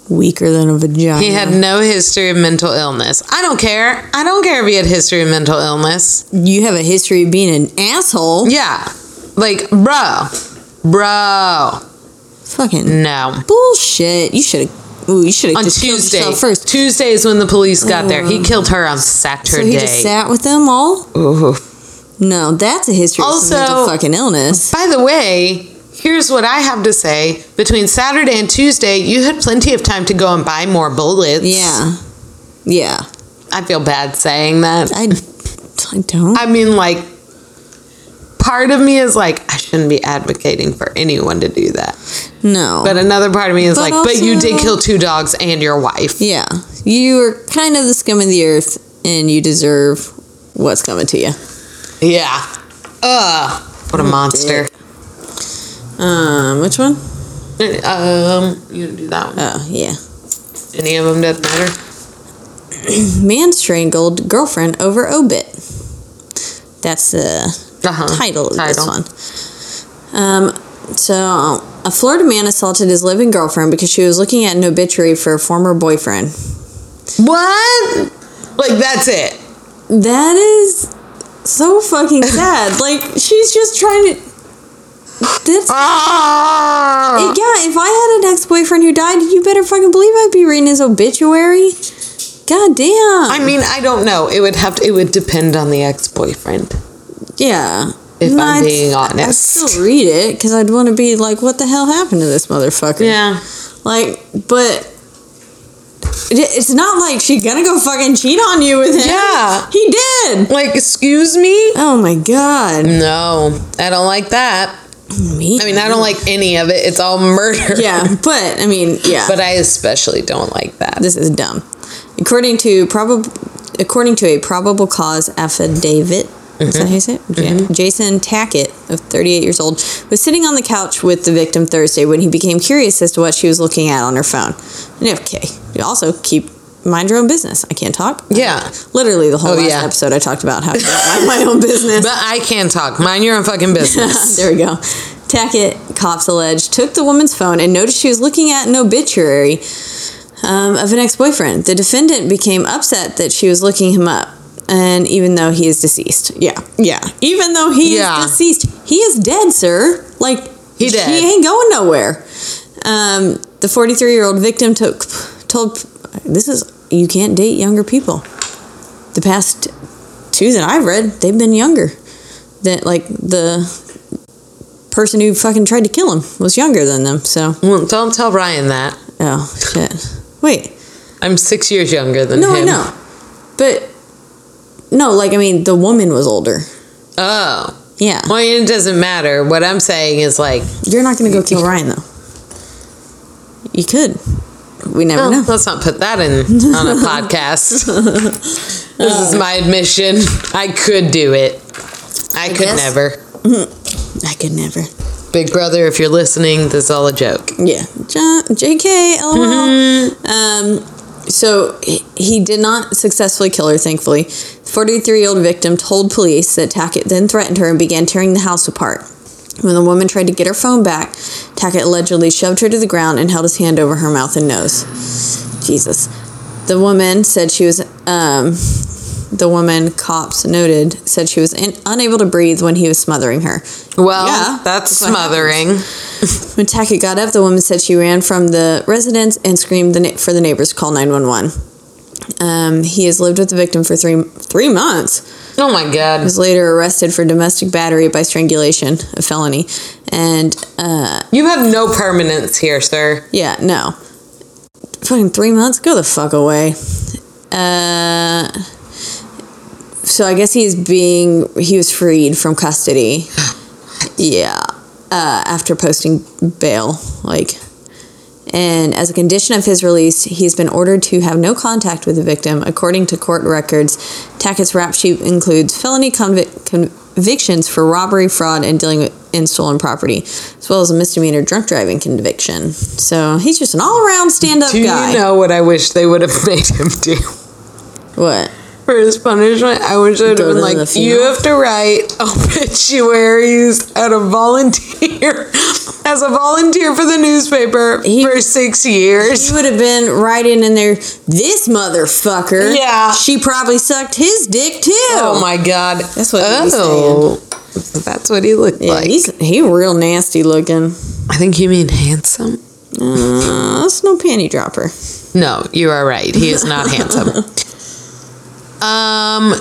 Speaker 2: Weaker than a vagina.
Speaker 1: He had no history of mental illness. I don't care. I don't care if he had history of mental illness.
Speaker 2: you have a history of being an asshole.
Speaker 1: Yeah. Like, bro. Bro.
Speaker 2: Fucking
Speaker 1: No.
Speaker 2: bullshit. You should have. Ooh, you should have
Speaker 1: on
Speaker 2: just killed
Speaker 1: Tuesday.
Speaker 2: yourself first. Mm.
Speaker 1: Tuesday is when the police got there. He killed her on Saturday.
Speaker 2: So he just sat with them all?
Speaker 1: Ooh.
Speaker 2: No, that's a history
Speaker 1: Also-
Speaker 2: of some mental fucking illness.
Speaker 1: By the way, here's what I have to say. Between Saturday and Tuesday, you had plenty of time to go and buy more bullets.
Speaker 2: Yeah. Yeah.
Speaker 1: I feel bad saying that.
Speaker 2: I, I don't.
Speaker 1: I mean, like, part of me is like, I shouldn't be advocating for anyone to do that.
Speaker 2: no.
Speaker 1: But another part of me is
Speaker 2: But
Speaker 1: like, but you did
Speaker 2: also-
Speaker 1: kill two dogs and your wife.
Speaker 2: yeah. You are kind of the scum of the earth and you deserve what's coming to you.
Speaker 1: Yeah. Ugh. What a
Speaker 2: Mm,
Speaker 1: monster.
Speaker 2: Um, which one?
Speaker 1: Um, you do that one.
Speaker 2: Oh, yeah.
Speaker 1: Any of them doesn't matter.
Speaker 2: Man strangled girlfriend over obit. That's uh, the
Speaker 1: Uh-huh.
Speaker 2: title of this one. Um, so, a Florida man assaulted his living girlfriend because she was looking at an obituary for a former boyfriend.
Speaker 1: What? Like that's it.
Speaker 2: That is so fucking sad. like she's just trying to. That's,
Speaker 1: Ah!
Speaker 2: yeah, if I had an ex boyfriend who died, you better fucking believe I'd be reading his obituary. God damn.
Speaker 1: I mean, I don't know. It would have to. It would depend on the ex-boyfriend.
Speaker 2: yeah.
Speaker 1: If I'm
Speaker 2: I'd-
Speaker 1: being
Speaker 2: I'd
Speaker 1: honest.
Speaker 2: still read it because I'd want to be like, what the hell happened to this motherfucker?
Speaker 1: Yeah.
Speaker 2: Like, but It- It's not like she's gonna go fucking cheat on you with him.
Speaker 1: Yeah.
Speaker 2: He did.
Speaker 1: Like, excuse me?
Speaker 2: Oh my god.
Speaker 1: No, I don't like that.
Speaker 2: Me.
Speaker 1: I mean, I don't like any of it. It's all murder.
Speaker 2: Yeah, but I mean, yeah.
Speaker 1: But I especially don't like that.
Speaker 2: this is dumb. According to probable, according to a probable cause affidavit, is that how you say it?
Speaker 1: Mm-hmm.
Speaker 2: Ja- Jason Tackett, of 38 years old, was sitting on the couch with the victim Thursday when he became curious as to what she was looking at on her phone. And okay, you also keep mind your own business. I can't talk.
Speaker 1: Yeah.
Speaker 2: Literally, the whole
Speaker 1: Oh,
Speaker 2: last
Speaker 1: yeah.
Speaker 2: episode I talked about how to mind my own business.
Speaker 1: But I can talk. Mind your own fucking business.
Speaker 2: there we go. Tackett, cops allege, took the woman's phone and noticed she was looking at an obituary um, of an ex boyfriend. The defendant became upset that she was looking him up. And even though he is deceased. Yeah. Yeah. Even though he
Speaker 1: Yeah.
Speaker 2: is deceased, he is dead, sir. Like,
Speaker 1: He dead.
Speaker 2: she ain't going nowhere. Um, the 43 year old victim took told this is you can't date younger people. The past two that I've read, they've been younger. That like the person who fucking tried to kill him was younger than them. So
Speaker 1: Well, don't tell Ryan that.
Speaker 2: oh shit. Wait,
Speaker 1: I'm six years younger than
Speaker 2: no,
Speaker 1: him.
Speaker 2: I know, but no, like I mean, the woman was older.
Speaker 1: Oh.
Speaker 2: Yeah,
Speaker 1: Well, it doesn't matter. What I'm saying is like,
Speaker 2: you're not gonna go kill Ryan though. You could. We never
Speaker 1: well,
Speaker 2: know.
Speaker 1: let's not put that in on a podcast. this is my admission. I could do it. I, could
Speaker 2: guess.
Speaker 1: never.
Speaker 2: I could never.
Speaker 1: Big brother, if you're listening, this is all a joke.
Speaker 2: Yeah. J- JK, lol. Um, so he- he did not successfully kill her, thankfully. 43 year old victim told police that Tackett then threatened her and began tearing the house apart. When the woman tried to get her phone back, Tackett allegedly shoved her to the ground and held his hand over her mouth and nose. Jesus. The woman said she was, um, the woman cops noted, said she was in, unable to breathe when he was smothering her.
Speaker 1: Well,
Speaker 2: Yeah,
Speaker 1: that's
Speaker 2: that's what happens.
Speaker 1: smothering.
Speaker 2: When Tackett got up, the woman said she ran from the residence and screamed the na- for the neighbors to call 911. Um, he has lived with the victim for three three months.
Speaker 1: Oh my
Speaker 2: He
Speaker 1: god.
Speaker 2: was later arrested for domestic battery by strangulation, a felony. And uh,
Speaker 1: You have no permanence here, sir.
Speaker 2: yeah, no. Fucking three months? Go the fuck away. Uh, so I guess he's being, he was freed from custody. Yeah. Uh, after posting bail. Like, and as a condition of his release, he's been ordered to have no contact with the victim, according to court records. Tackett's rap sheet includes felony convic- convictions for robbery, fraud, and dealing with in stolen property, as well as a misdemeanor drunk driving conviction. So he's just an all-around stand-up
Speaker 1: Do
Speaker 2: guy.
Speaker 1: you know what I wish they would have made him do
Speaker 2: What?
Speaker 1: for his punishment? I wish they'd have
Speaker 2: Go to
Speaker 1: been
Speaker 2: the
Speaker 1: like,
Speaker 2: funeral?
Speaker 1: you have to write obituaries at a volunteer as a volunteer for the newspaper
Speaker 2: He-
Speaker 1: for six years.
Speaker 2: She would have been writing in there, this motherfucker.
Speaker 1: Yeah.
Speaker 2: She probably sucked his dick too.
Speaker 1: Oh my god.
Speaker 2: That's what he's
Speaker 1: oh, that's what he looked
Speaker 2: Yeah,
Speaker 1: like.
Speaker 2: he's he real nasty looking.
Speaker 1: I think you mean handsome.
Speaker 2: Uh, that's no panty dropper.
Speaker 1: No, you are right. He is not handsome. Um,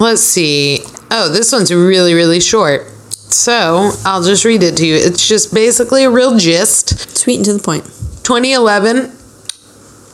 Speaker 1: let's see. Oh, this one's really, really short. So I'll just read it to you. It's just basically a real gist.
Speaker 2: Sweet and to the point.
Speaker 1: 2011,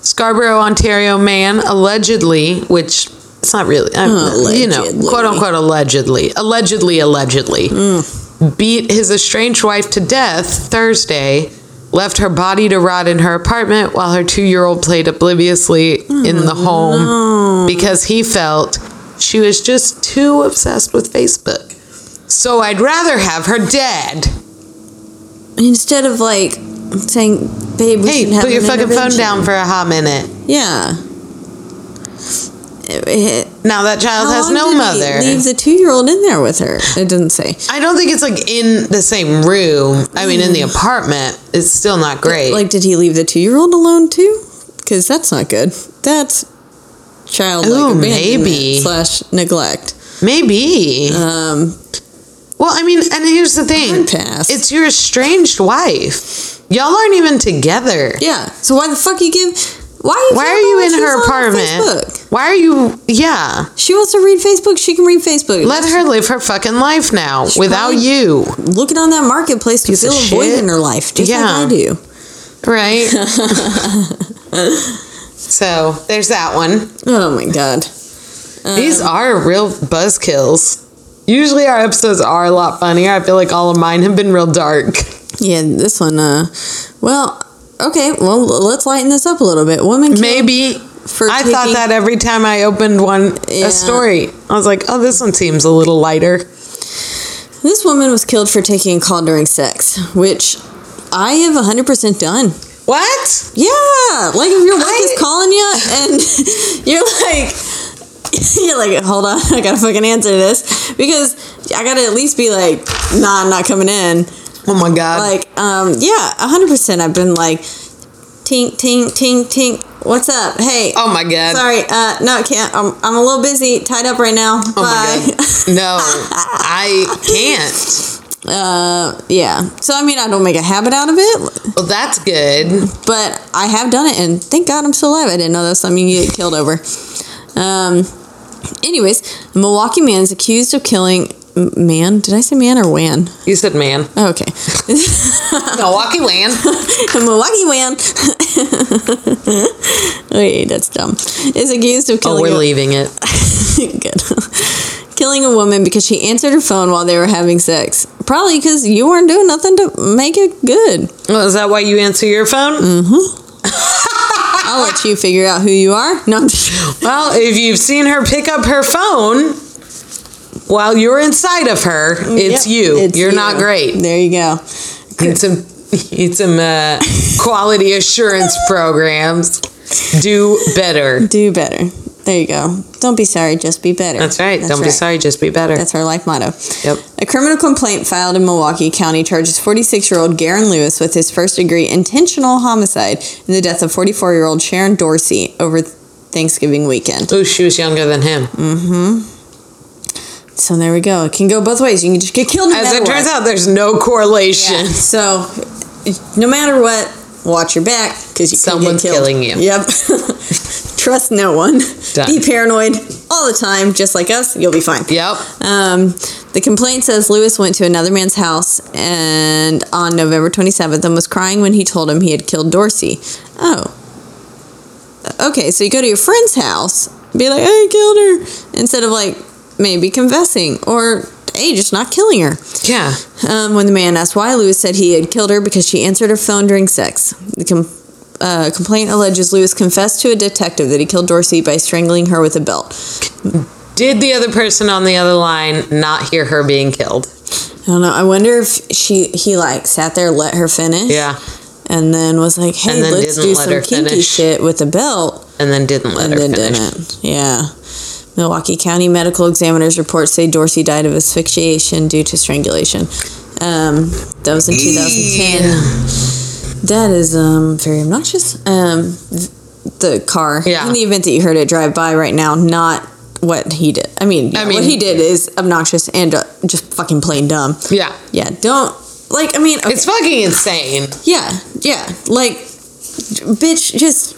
Speaker 1: Scarborough, Ontario man allegedly, which it's not really, I'm, you know,
Speaker 2: Allegedly.
Speaker 1: quote unquote allegedly, allegedly, allegedly,
Speaker 2: Mm.
Speaker 1: beat his estranged wife to death Thursday, left her body to rot in her apartment while her two year old played obliviously in the
Speaker 2: Mm.
Speaker 1: home
Speaker 2: Oh,
Speaker 1: because he felt she was just too obsessed with Facebook. So I'd rather have her dead.
Speaker 2: Instead of like saying, babe, we
Speaker 1: Hey,
Speaker 2: should have
Speaker 1: put your
Speaker 2: an
Speaker 1: fucking phone
Speaker 2: intervention."
Speaker 1: down for a hot minute.
Speaker 2: Yeah. It- it-
Speaker 1: Now that child
Speaker 2: how
Speaker 1: Oh, has
Speaker 2: long
Speaker 1: no
Speaker 2: did he
Speaker 1: mother.
Speaker 2: Leave the two year old in there with her. It didn't say.
Speaker 1: I don't think it's like in the same room. I mean, in the apartment, it's still not great.
Speaker 2: Mm. Like, did he leave the two year old alone too? Because that's not good. That's child
Speaker 1: Ooh,
Speaker 2: like
Speaker 1: Oh, maybe.
Speaker 2: maybe slash neglect.
Speaker 1: maybe.
Speaker 2: Um,
Speaker 1: Well, I mean, and here's the thing:
Speaker 2: Hard pass.
Speaker 1: it's your estranged wife. Y'all aren't even together.
Speaker 2: yeah. So why the fuck you give? Why? You
Speaker 1: Why
Speaker 2: care
Speaker 1: are you
Speaker 2: about
Speaker 1: in
Speaker 2: what
Speaker 1: her
Speaker 2: she's on
Speaker 1: apartment?
Speaker 2: Facebook?
Speaker 1: Why are you? Yeah,
Speaker 2: She wants to read Facebook. She can read Facebook.
Speaker 1: let her live her fucking life now without
Speaker 2: probably-
Speaker 1: you.
Speaker 2: looking on that marketplace to
Speaker 1: Piece of
Speaker 2: fill a void
Speaker 1: shit.
Speaker 2: in her life, just
Speaker 1: Yeah.
Speaker 2: like I do.
Speaker 1: Right? so there's that one.
Speaker 2: Oh my god.
Speaker 1: These
Speaker 2: Um,
Speaker 1: are real buzzkills. Usually our episodes are a lot funnier. I feel like all of mine have been real dark.
Speaker 2: Yeah, this one. Uh, well, okay. Well, l- let's lighten this up a little bit. Woman killed
Speaker 1: Maybe
Speaker 2: for
Speaker 1: I
Speaker 2: taking,
Speaker 1: thought that every time I opened one
Speaker 2: Yeah.
Speaker 1: a story. I was like, oh, this one seems a little lighter.
Speaker 2: this woman was killed for taking a call during sex, which I have hundred percent done.
Speaker 1: What?
Speaker 2: Yeah, like if your wife
Speaker 1: I-
Speaker 2: is calling you and you're like, you're like, hold on, I gotta fucking answer this because I gotta at least be like, nah, I'm not coming in.
Speaker 1: Oh my god.
Speaker 2: Like, um, yeah, hundred percent. I've been like, tink, tink, tink, tink. What's up? Hey,
Speaker 1: oh my god.
Speaker 2: Sorry, uh, no, I can't. I'm, I'm a little busy, tied up right now.
Speaker 1: Oh my
Speaker 2: Bye.
Speaker 1: god. No. I can't.
Speaker 2: Uh, yeah. So I mean, I don't make a habit out of it,
Speaker 1: Well, that's good.
Speaker 2: but I have done it, and thank God I'm still alive. I didn't know that's something you get killed over. Um, anyways, a Milwaukee man is accused of killing m- man. Did I say man or wan?
Speaker 1: You said man.
Speaker 2: Oh, okay,
Speaker 1: Milwaukee land.
Speaker 2: Oh, a Milwaukee wan. Wait, that's dumb. Is accused of
Speaker 1: Oh,
Speaker 2: killing.
Speaker 1: we're
Speaker 2: a-
Speaker 1: leaving it.
Speaker 2: Good. Killing a woman because she answered her phone while they were having sex. Probably because you weren't doing nothing to make it good.
Speaker 1: Well, is that why you answer your phone?
Speaker 2: I'll let you figure out who you are. No, I'm just-
Speaker 1: Well, if you've seen her pick up her phone while you're inside of her, it's
Speaker 2: Yep,
Speaker 1: you.
Speaker 2: Mm, it's
Speaker 1: you're
Speaker 2: you.
Speaker 1: not great.
Speaker 2: There you go.
Speaker 1: It's some it's some uh, quality assurance programs. Do better.
Speaker 2: Do better. There you go. Don't be sorry. Just be better.
Speaker 1: That's right. Don't be
Speaker 2: right.
Speaker 1: sorry, just be better.
Speaker 2: That's our life motto.
Speaker 1: Yep.
Speaker 2: A criminal complaint filed in Milwaukee County charges 46 year old Garen Lewis with his first degree intentional homicide in the death of 44 year old Sharon Dorsey over Thanksgiving weekend.
Speaker 1: Ooh, she was younger than him.
Speaker 2: So there we go. It can go both ways. You can just get killed. No
Speaker 1: As
Speaker 2: matter
Speaker 1: it turns
Speaker 2: what.
Speaker 1: out, there's no correlation.
Speaker 2: So no matter what, watch your back because you
Speaker 1: Someone's
Speaker 2: could get killed.
Speaker 1: killing you.
Speaker 2: Yep. Trust no one.
Speaker 1: Done.
Speaker 2: Be paranoid all the time, just like us. You'll be fine.
Speaker 1: Yep.
Speaker 2: Um, the complaint says Lewis went to another man's house and on November 27th and was crying when he told him he had killed Dorsey. Oh. Okay, so you go to your friend's house, be like, I killed her, instead of like maybe confessing or, hey, just not killing her.
Speaker 1: Yeah.
Speaker 2: Um, when the man asked why, Lewis said he had killed her because she answered her phone during sex. The com- uh, complaint alleges Lewis confessed to a detective that he killed Dorsey by strangling her with a belt.
Speaker 1: Did the other person on the other line not hear her being killed?
Speaker 2: I don't know. I wonder if she he like sat there, let her finish,
Speaker 1: Yeah.
Speaker 2: and then was like, "Hey,
Speaker 1: And then
Speaker 2: let's
Speaker 1: didn't
Speaker 2: do
Speaker 1: let
Speaker 2: some
Speaker 1: her
Speaker 2: kinky
Speaker 1: finish.
Speaker 2: shit with a belt."
Speaker 1: And then didn't let
Speaker 2: and
Speaker 1: her
Speaker 2: then
Speaker 1: finish.
Speaker 2: didn't. Yeah. Milwaukee County medical examiner's reports say Dorsey died of asphyxiation due to strangulation. Um, that was in 2010. That is um, very obnoxious. Um, th- the car.
Speaker 1: Yeah.
Speaker 2: In the event that you heard it drive by right now, not what he did. I mean, yeah,
Speaker 1: I mean-
Speaker 2: what he did is obnoxious and uh, just fucking plain dumb.
Speaker 1: Yeah.
Speaker 2: Yeah. Don't like. I mean, okay.
Speaker 1: It's fucking insane.
Speaker 2: Yeah, yeah. Like, bitch, just.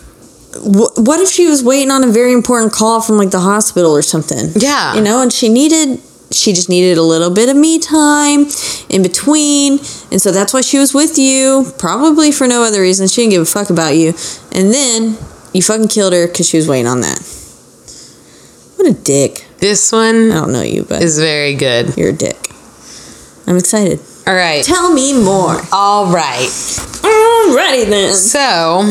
Speaker 2: wh- What if she was waiting on a very important call from like the hospital or something?
Speaker 1: Yeah.
Speaker 2: You know, and she needed. She just needed a little bit of me time in between. And so that's why she was with you, probably for no other reason. She didn't give a fuck about you. And then you fucking killed her because she was waiting on that. What a dick.
Speaker 1: This
Speaker 2: I
Speaker 1: one
Speaker 2: don't know you, but
Speaker 1: is very good.
Speaker 2: you're a dick. I'm excited.
Speaker 1: All right.
Speaker 2: Tell me more.
Speaker 1: All right.
Speaker 2: Alrighty then.
Speaker 1: So,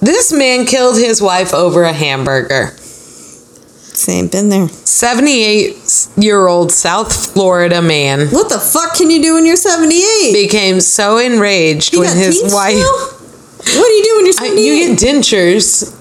Speaker 1: this man killed his wife over a hamburger.
Speaker 2: Same, been there.
Speaker 1: 78 year old South Florida man
Speaker 2: What the fuck can you do when you're 78?
Speaker 1: became so enraged
Speaker 2: You
Speaker 1: when
Speaker 2: got
Speaker 1: his
Speaker 2: teeth
Speaker 1: wife.
Speaker 2: still? What do you do when you're
Speaker 1: I-
Speaker 2: 78?
Speaker 1: you get dentures.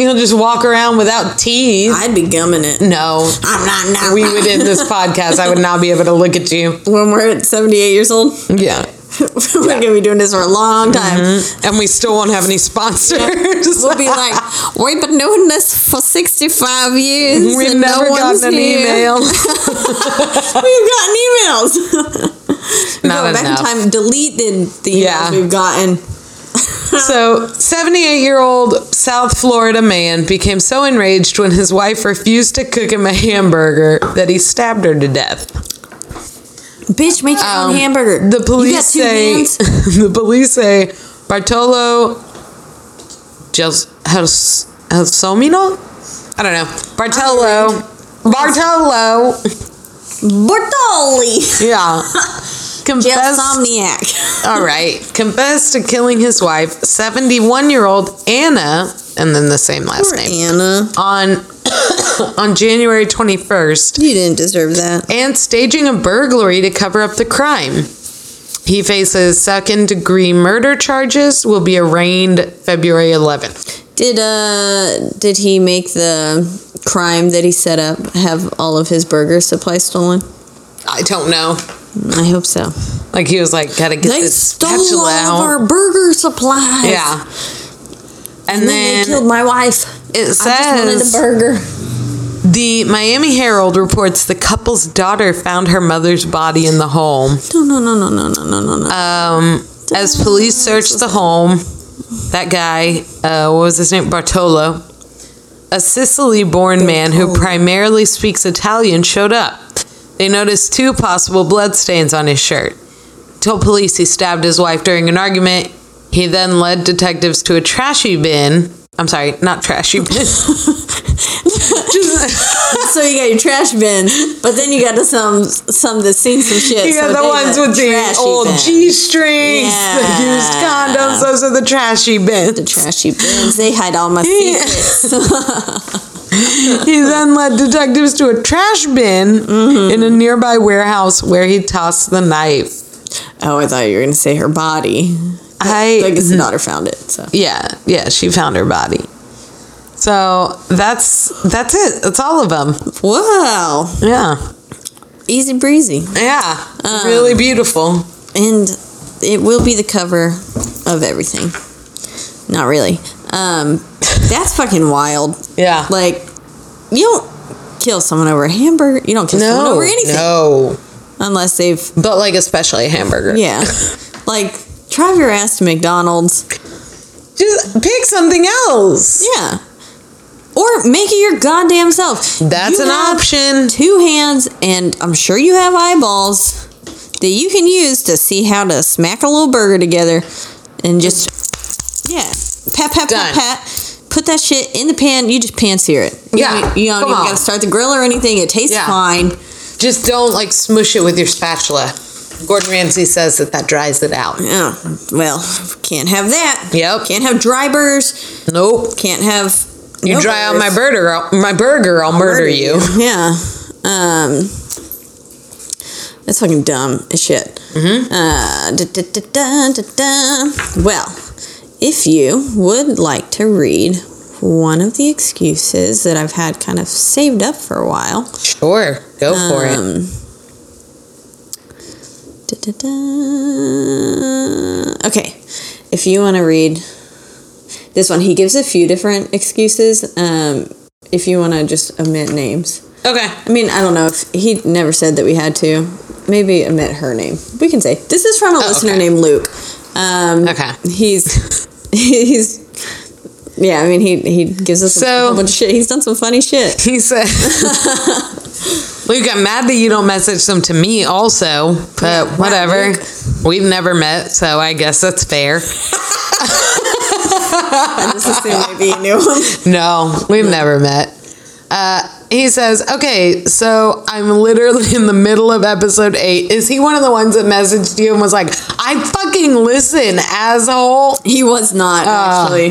Speaker 1: You'll just walk around without teeth.
Speaker 2: I'd be gumming it.
Speaker 1: no.
Speaker 2: I'm not now.
Speaker 1: We would end this podcast. I would not be able to look at you.
Speaker 2: when we're at 78 years old,
Speaker 1: Yeah. Mm-hmm.
Speaker 2: we're gonna be doing this for a long time.
Speaker 1: And we still won't have any sponsors.
Speaker 2: We'll be like, we've been doing this for 65 years.
Speaker 1: We've
Speaker 2: and no
Speaker 1: never
Speaker 2: one's
Speaker 1: gotten an
Speaker 2: here."
Speaker 1: email.
Speaker 2: We've gotten emails. we
Speaker 1: Not
Speaker 2: go back
Speaker 1: enough.
Speaker 2: in time, deleted the emails
Speaker 1: Yeah.
Speaker 2: we've gotten.
Speaker 1: So, 78 year old South Florida man became so enraged when his wife refused to cook him a hamburger that he stabbed her to death.
Speaker 2: Bitch, make your own
Speaker 1: Um,
Speaker 2: hamburger.
Speaker 1: The
Speaker 2: you got
Speaker 1: police
Speaker 2: two
Speaker 1: say
Speaker 2: hands?
Speaker 1: the police say Bartolo Gels Hels- Helsomino? I don't know. Bartolo Bartolo
Speaker 2: Bortoli.
Speaker 1: Yeah.
Speaker 2: um.
Speaker 1: Confessed
Speaker 2: Gelsomniac.
Speaker 1: all right. Confessed to killing his wife, seventy one year old Anna and then the same last name.
Speaker 2: Anna.
Speaker 1: On on January twenty first
Speaker 2: You didn't deserve that.
Speaker 1: and staging a burglary to cover up the crime. He faces second degree murder charges, will be arraigned February 11th.
Speaker 2: Did uh did he make the crime that he set up have all of his burger supply stolen?
Speaker 1: I don't know.
Speaker 2: I hope so.
Speaker 1: Like he was like, gotta get
Speaker 2: They
Speaker 1: this
Speaker 2: stole
Speaker 1: spatula
Speaker 2: all of
Speaker 1: out.
Speaker 2: our burger supplies.
Speaker 1: Yeah. And,
Speaker 2: And then,
Speaker 1: then,
Speaker 2: they killed my wife.
Speaker 1: it
Speaker 2: I just
Speaker 1: says
Speaker 2: wanted a burger.
Speaker 1: the Miami Herald reports the couple's daughter found her mother's body in the home.
Speaker 2: No no no no no no no no no.
Speaker 1: Um, as police searched the home, that guy, uh, what was his name? Bartolo, a Sicily born man who primarily speaks Italian, showed up. They noticed two possible bloodstains on his shirt. Told police he stabbed his wife during an argument. He then led detectives to a trashy bin. I'm sorry, not trashy bin. Just-
Speaker 2: so you got your trash bin, but then you got to some some that seen some shit.
Speaker 1: you
Speaker 2: so
Speaker 1: got
Speaker 2: they
Speaker 1: the ones with the
Speaker 2: trashy
Speaker 1: old
Speaker 2: bin.
Speaker 1: G strings, the used
Speaker 2: Yeah.
Speaker 1: condoms. Those are the trashy bins.
Speaker 2: The trashy bins. They hide all my secrets.
Speaker 1: He then led detectives to a trash bin in a nearby warehouse where he tossed the knife.
Speaker 2: oh, I thought you were gonna say her body.
Speaker 1: I Mm.
Speaker 2: I guess the daughter found it. So
Speaker 1: yeah yeah she found her body. So that's that's it. That's all of them.
Speaker 2: wow,
Speaker 1: Yeah Uh.
Speaker 2: easy breezy,
Speaker 1: yeah really beautiful.
Speaker 2: and it will be the cover of everything. Not really. Um, that's fucking wild.
Speaker 1: Yeah
Speaker 2: Like you don't kill someone over a hamburger. You don't kill someone
Speaker 1: no
Speaker 2: over anything
Speaker 1: no
Speaker 2: unless they've
Speaker 1: but like especially a hamburger.
Speaker 2: Yeah. like, drive your ass to McDonald's.
Speaker 1: just pick something else.
Speaker 2: Yeah. Or make it your goddamn self.
Speaker 1: That's
Speaker 2: You
Speaker 1: an
Speaker 2: have
Speaker 1: option.
Speaker 2: Two hands, and I'm sure you have eyeballs that you can use to see how to smack a little burger together and just, yeah. Pat, pat, pat,
Speaker 1: Done.
Speaker 2: pat. Put that shit in the pan. You just pan sear it. You
Speaker 1: Yeah.
Speaker 2: don't- You don't
Speaker 1: Come
Speaker 2: even
Speaker 1: on.
Speaker 2: got to start the grill or anything. It tastes
Speaker 1: Yeah.
Speaker 2: fine.
Speaker 1: Just don't like smush it with your spatula. Gordon Ramsay says that that dries it out.
Speaker 2: Oh, well, can't have that.
Speaker 1: Yep.
Speaker 2: Can't have dry burgers.
Speaker 1: Nope.
Speaker 2: Can't have.
Speaker 1: You
Speaker 2: no
Speaker 1: dry out
Speaker 2: burgers.
Speaker 1: my burger, I'll, my burger, I'll murder, you.
Speaker 2: Yeah. Um, that's fucking dumb as shit.
Speaker 1: Mm-hmm.
Speaker 2: Uh, da, da, da, da, da, da. Well, if you would like to read one of the excuses that I've had kind of saved up for a while,
Speaker 1: Sure, go for it.
Speaker 2: um, da, da, da. Okay, if you want to read this one, he gives a few different excuses. Um, if you want to just omit names,
Speaker 1: Okay,
Speaker 2: I mean, I don't know if he never said that we had to. Maybe omit her name. We can say this is from a listener
Speaker 1: okay.
Speaker 2: named Luke. Um,
Speaker 1: okay.
Speaker 2: he's he's yeah. I mean, he he gives us a
Speaker 1: So-
Speaker 2: whole bunch of shit. He's done some funny shit.
Speaker 1: He said, Luke, I'm mad that you don't message them to me also, but
Speaker 2: wow,
Speaker 1: whatever.
Speaker 2: Luke.
Speaker 1: We've never met, so I guess that's fair.
Speaker 2: I just assume maybe he knew him.
Speaker 1: No, we've never met. Uh, he says, okay, so I'm literally in the middle of episode eight. Is he one of the ones that messaged you and was like, I fucking listen, asshole?
Speaker 2: He was not actually.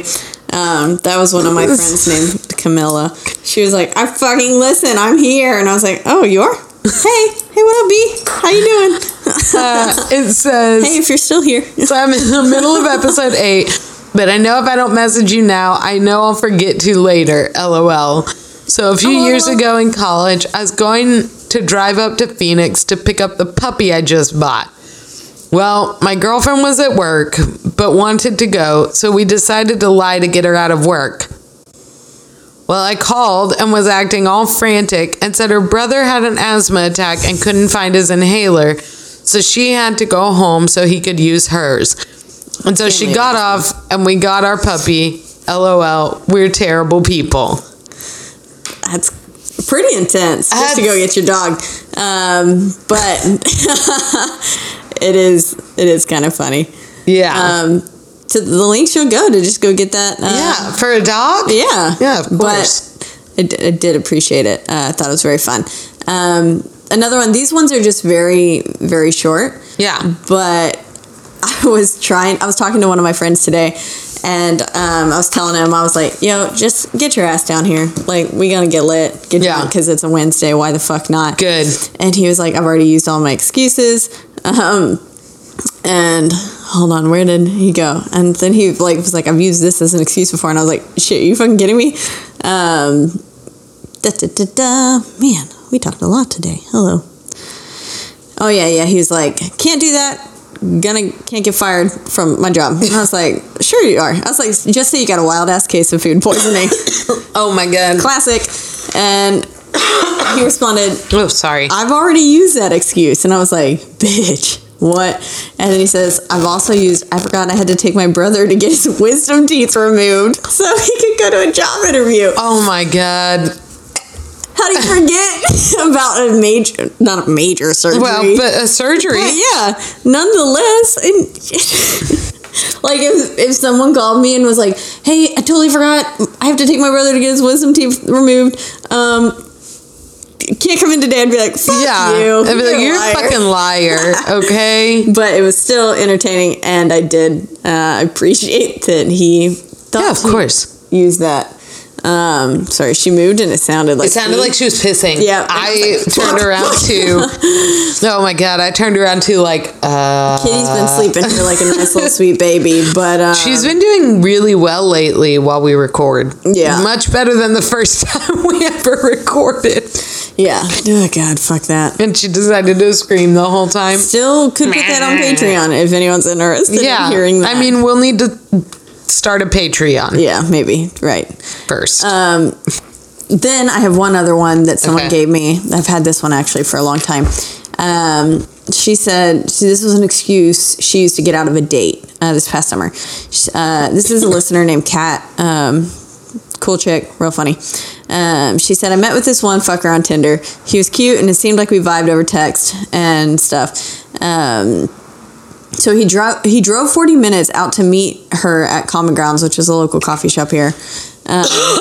Speaker 2: Um, that was one of my friends named Camilla. She was like, "I fucking listen, I'm here," and I was like, "Oh, you are? Hey, hey, what up, B? How you doing?
Speaker 1: Uh, it says,
Speaker 2: Hey, if you're still here,
Speaker 1: So I'm in the middle of episode eight, but I know if I don't message you now, I know I'll forget to later. LOL. So a few years ago in college, I was going to drive up to Phoenix to pick up the puppy I just bought. Well, my girlfriend was at work, but wanted to go, so we decided to lie to get her out of work. Well, I called and was acting all frantic and said her brother had an asthma attack and couldn't find his inhaler, so she had to go home so he could use hers. And so she
Speaker 2: Family
Speaker 1: got off and we got our puppy. LOL, we're terrible people.
Speaker 2: that's pretty intense just to go get your dog." Um, but it is it is kind of funny.
Speaker 1: Yeah.
Speaker 2: Um, to the links you'll go to just go get that. Uh,
Speaker 1: yeah. For a dog?
Speaker 2: yeah,
Speaker 1: Yeah, of course.
Speaker 2: But I, d- I did appreciate it. Uh, I thought it was very fun. Um, another one. These ones are just very very short.
Speaker 1: yeah.
Speaker 2: but I was trying. I was talking to one of my friends today, and um, I was telling him, I was like, "Yo, just get your ass down here. Like, we gonna get lit, get
Speaker 1: Yeah.
Speaker 2: yeah. because it's a Wednesday. Why the fuck not?"
Speaker 1: Good.
Speaker 2: And he was like, "I've already used all my excuses." Um, and hold on, where did he go? And then he like was like, "I've used this as an excuse before," and I was like, "Shit, you fucking kidding me?" Um, da da da da. Man, we talked a lot today. Hello. Oh yeah, yeah. He was like, "Can't do that." Gonna can't get fired from my job. And I was like, sure you are. I was like, just say you got a wild ass case of food poisoning,
Speaker 1: Oh my god.
Speaker 2: classic. And he responded,
Speaker 1: Oh, sorry.
Speaker 2: I've already used that excuse. And I was like, bitch, what? And then he says, I've also used, I forgot I had to take my brother to get his wisdom teeth removed so he could go to a job interview.
Speaker 1: Oh my god.
Speaker 2: How do you forget about a major, not a major surgery?
Speaker 1: Well, but a surgery.
Speaker 2: But yeah, nonetheless, and like if if someone called me and was like, "Hey, I totally forgot. I have to take my brother to get his wisdom teeth removed. Um, can't come in today." I'd be like, "Fuck
Speaker 1: Yeah.
Speaker 2: you!
Speaker 1: I'd be like, you're
Speaker 2: a liar."
Speaker 1: a fucking liar. Okay.
Speaker 2: But it was still entertaining, and I did uh, appreciate that he thought
Speaker 1: yeah, of course.
Speaker 2: to use that. Um, sorry, she moved, and it sounded like
Speaker 1: It sounded
Speaker 2: me.
Speaker 1: like she was pissing.
Speaker 2: Yeah.
Speaker 1: I turned around to. Oh my god. I turned around to like. uh
Speaker 2: Kitty's been sleeping here like a nice little sweet baby, but um,
Speaker 1: She's been doing really well lately while we record.
Speaker 2: Yeah.
Speaker 1: Much better than the first time we ever recorded.
Speaker 2: yeah. Oh God, fuck that.
Speaker 1: And she decided to scream the whole time.
Speaker 2: Still could put that on Patreon if anyone's interested
Speaker 1: Yeah.
Speaker 2: in hearing that.
Speaker 1: I mean, we'll need to start a Patreon
Speaker 2: yeah, maybe. Right.
Speaker 1: first.
Speaker 2: Um, then I have one other one that someone
Speaker 1: Okay.
Speaker 2: gave me. I've had this one actually for a long time. Um, she said, see, this was an excuse she used to get out of a date uh, this past summer. She- Uh, this is a listener named Kat. Um, cool chick, real funny. Um, she said, I met with this one fucker on Tinder. He was cute and it seemed like we vibed over text and stuff. Um, so he drove he drove 40 minutes out to meet her at Common Grounds, which is a local coffee shop here. Um,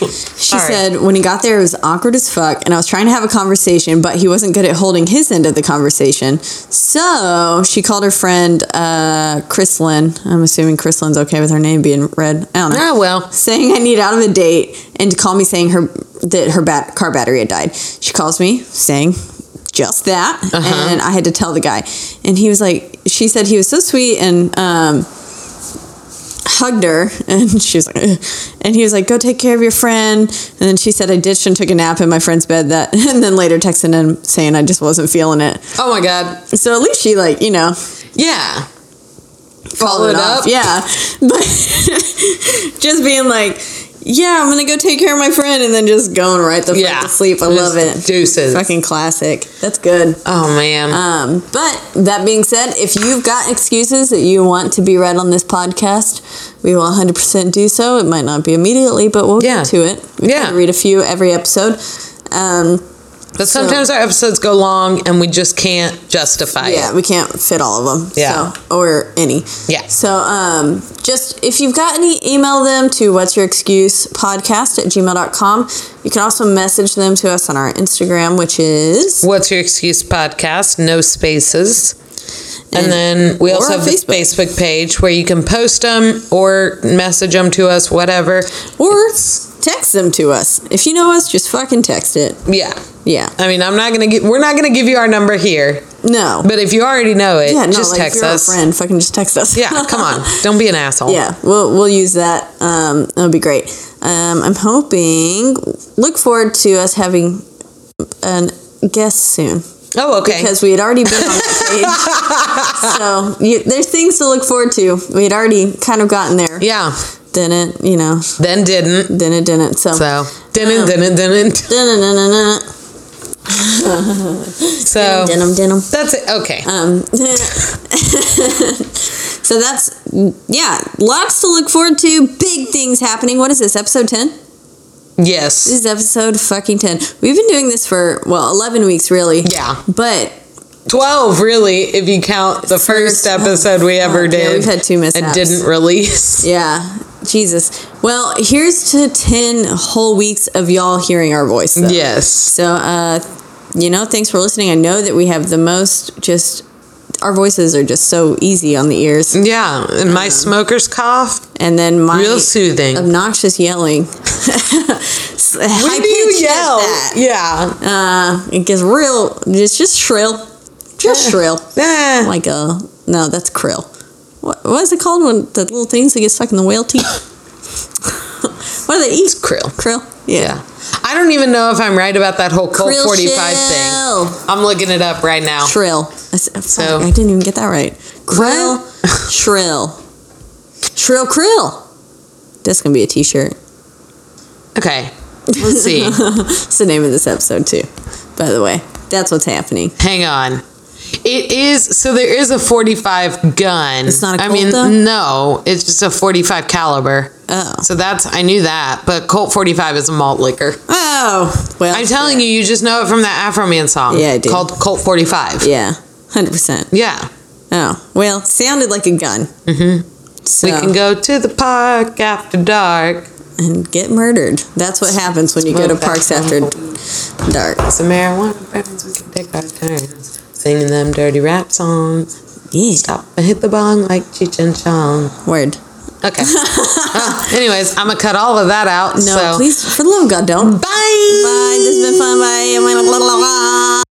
Speaker 2: She
Speaker 1: Sorry.
Speaker 2: said when he got there, it was awkward as fuck, and I was trying to have a conversation, but he wasn't good at holding his end of the conversation. So she called her friend uh, Chrislyn. I'm assuming Chrislyn's okay with her name being read. I don't know
Speaker 1: ah, well.
Speaker 2: saying I need out of a date and to call me saying her that her bat- car battery had died. She calls me saying just that, and I had to tell the guy, and he was like, she said he was so sweet and um, hugged her, and she was like, "Ugh." and he was like, go take care of your friend, and then she said I ditched and took a nap in my friend's bed that, and then later texted him saying I just wasn't feeling it.
Speaker 1: Oh my god.
Speaker 2: So at least she like you know
Speaker 1: Yeah.
Speaker 2: Follow
Speaker 1: Followed up.
Speaker 2: Yeah. But just being like, yeah, I'm going to go take care of my friend and then just going right the fuck
Speaker 1: Yeah.
Speaker 2: to sleep. I love
Speaker 1: Just
Speaker 2: it.
Speaker 1: Deuces.
Speaker 2: Fucking classic. That's good.
Speaker 1: Oh man.
Speaker 2: Um, but that being said, if you've got excuses that you want to be read on this podcast, we will 100% do so. It might not be immediately, but we'll
Speaker 1: Yeah.
Speaker 2: get to it. We try
Speaker 1: Yeah.
Speaker 2: to read a few every episode. Um,
Speaker 1: but sometimes our episodes go long and we just can't justify
Speaker 2: yeah,
Speaker 1: it.
Speaker 2: we can't fit all of them.
Speaker 1: Yeah.
Speaker 2: So, or any.
Speaker 1: Yeah.
Speaker 2: So, um, just if you've got any, email them to what's your excuse podcast at gmail.com. You can also message them to us on our Instagram, which is
Speaker 1: What's your excuse podcast? No spaces. And,
Speaker 2: And-
Speaker 1: then we
Speaker 2: Mm. or
Speaker 1: also
Speaker 2: on
Speaker 1: have this
Speaker 2: Facebook.
Speaker 1: Facebook page where you can post them or message them to us, whatever.
Speaker 2: or text them to us. If you know us, just fucking text it.
Speaker 1: Yeah.
Speaker 2: Yeah.
Speaker 1: I mean, I'm not gonna give. We're not gonna give you our number here,
Speaker 2: No.
Speaker 1: but if you already know it,
Speaker 2: yeah, no,
Speaker 1: just
Speaker 2: like if
Speaker 1: text
Speaker 2: you're
Speaker 1: us.
Speaker 2: Our friend, fucking just text us.
Speaker 1: Yeah, come on, don't be an asshole.
Speaker 2: Yeah, we'll we'll use that. Um, that'll be great. Um, I'm hoping. Look forward to us having an guest soon.
Speaker 1: Oh, okay.
Speaker 2: because we had already been on that page. so you, there's things to look forward to. We had already kind of gotten there.
Speaker 1: yeah.
Speaker 2: Then it, you know,
Speaker 1: Then didn't.
Speaker 2: then it didn't. So.
Speaker 1: So didn't didn't didn't.
Speaker 2: Dun-dun-dun-dun-dun.
Speaker 1: So
Speaker 2: Denim, denim.
Speaker 1: that's it. Okay.
Speaker 2: Um, so that's, yeah, lots to look forward to. Big things happening. What is this, episode 10?
Speaker 1: Yes.
Speaker 2: This is episode fucking 10. We've been doing this for, well, 11 weeks, really.
Speaker 1: Yeah.
Speaker 2: But
Speaker 1: 12, really, if you count the
Speaker 2: First-
Speaker 1: first episode we ever
Speaker 2: fuck, oh, yeah,
Speaker 1: did.
Speaker 2: we've had two mishaps.
Speaker 1: And didn't release.
Speaker 2: yeah, Jesus. Well, here's to 10 whole weeks of y'all hearing our voice. though.
Speaker 1: Yes.
Speaker 2: So, uh, you know, thanks for listening. I know that we have the most just, our voices are just so easy on the ears.
Speaker 1: Yeah. And
Speaker 2: Um,
Speaker 1: my smoker's cough,
Speaker 2: And then my
Speaker 1: real soothing.
Speaker 2: obnoxious yelling. How
Speaker 1: When do you yell? Yeah.
Speaker 2: Uh, it gets real. It's just shrill, just shrill.
Speaker 1: Eh.
Speaker 2: Like a no, that's krill. What what is it called when the little things that get stuck in the whale teeth? what do they eat?
Speaker 1: krill.
Speaker 2: Krill. Yeah.
Speaker 1: I don't even know if I'm right about that whole Colt
Speaker 2: Krill
Speaker 1: 45
Speaker 2: shell.
Speaker 1: thing. I'm looking it up right now.
Speaker 2: Shrill. I, s- fuck,
Speaker 1: So-
Speaker 2: I didn't even get that right. Krill. shrill. Shrill krill. That's gonna be a T-shirt.
Speaker 1: Okay. Let's see.
Speaker 2: It's the name of this episode too. By the way, that's what's happening.
Speaker 1: Hang on. It is so there is a 45 gun.
Speaker 2: It's not a
Speaker 1: I
Speaker 2: Colt,
Speaker 1: mean,
Speaker 2: though?
Speaker 1: no, it's just a 45 caliber.
Speaker 2: Oh.
Speaker 1: So that's I knew that, but Colt 45 is a malt liquor.
Speaker 2: Oh well.
Speaker 1: I'm telling you, you just know it from that Afro Man song.
Speaker 2: Yeah, I do.
Speaker 1: Called Colt 45.
Speaker 2: Yeah, hundred percent.
Speaker 1: Yeah.
Speaker 2: Oh well, sounded like a gun. Mm-hmm. So,
Speaker 1: We can go to the park after dark.
Speaker 2: and get murdered. That's what happens when you go to
Speaker 1: Smoke that
Speaker 2: parks after dark.
Speaker 1: Some marijuana friends, we can take our turns. Singing them dirty rap songs.
Speaker 2: Yeah,
Speaker 1: Stop and hit the bong like Cheech and Chong.
Speaker 2: word.
Speaker 1: Okay. Well, anyways, I'm going to cut all of that out.
Speaker 2: No,
Speaker 1: so.
Speaker 2: please, for the love of God, don't. Bye. Bye. This has been fun. Bye.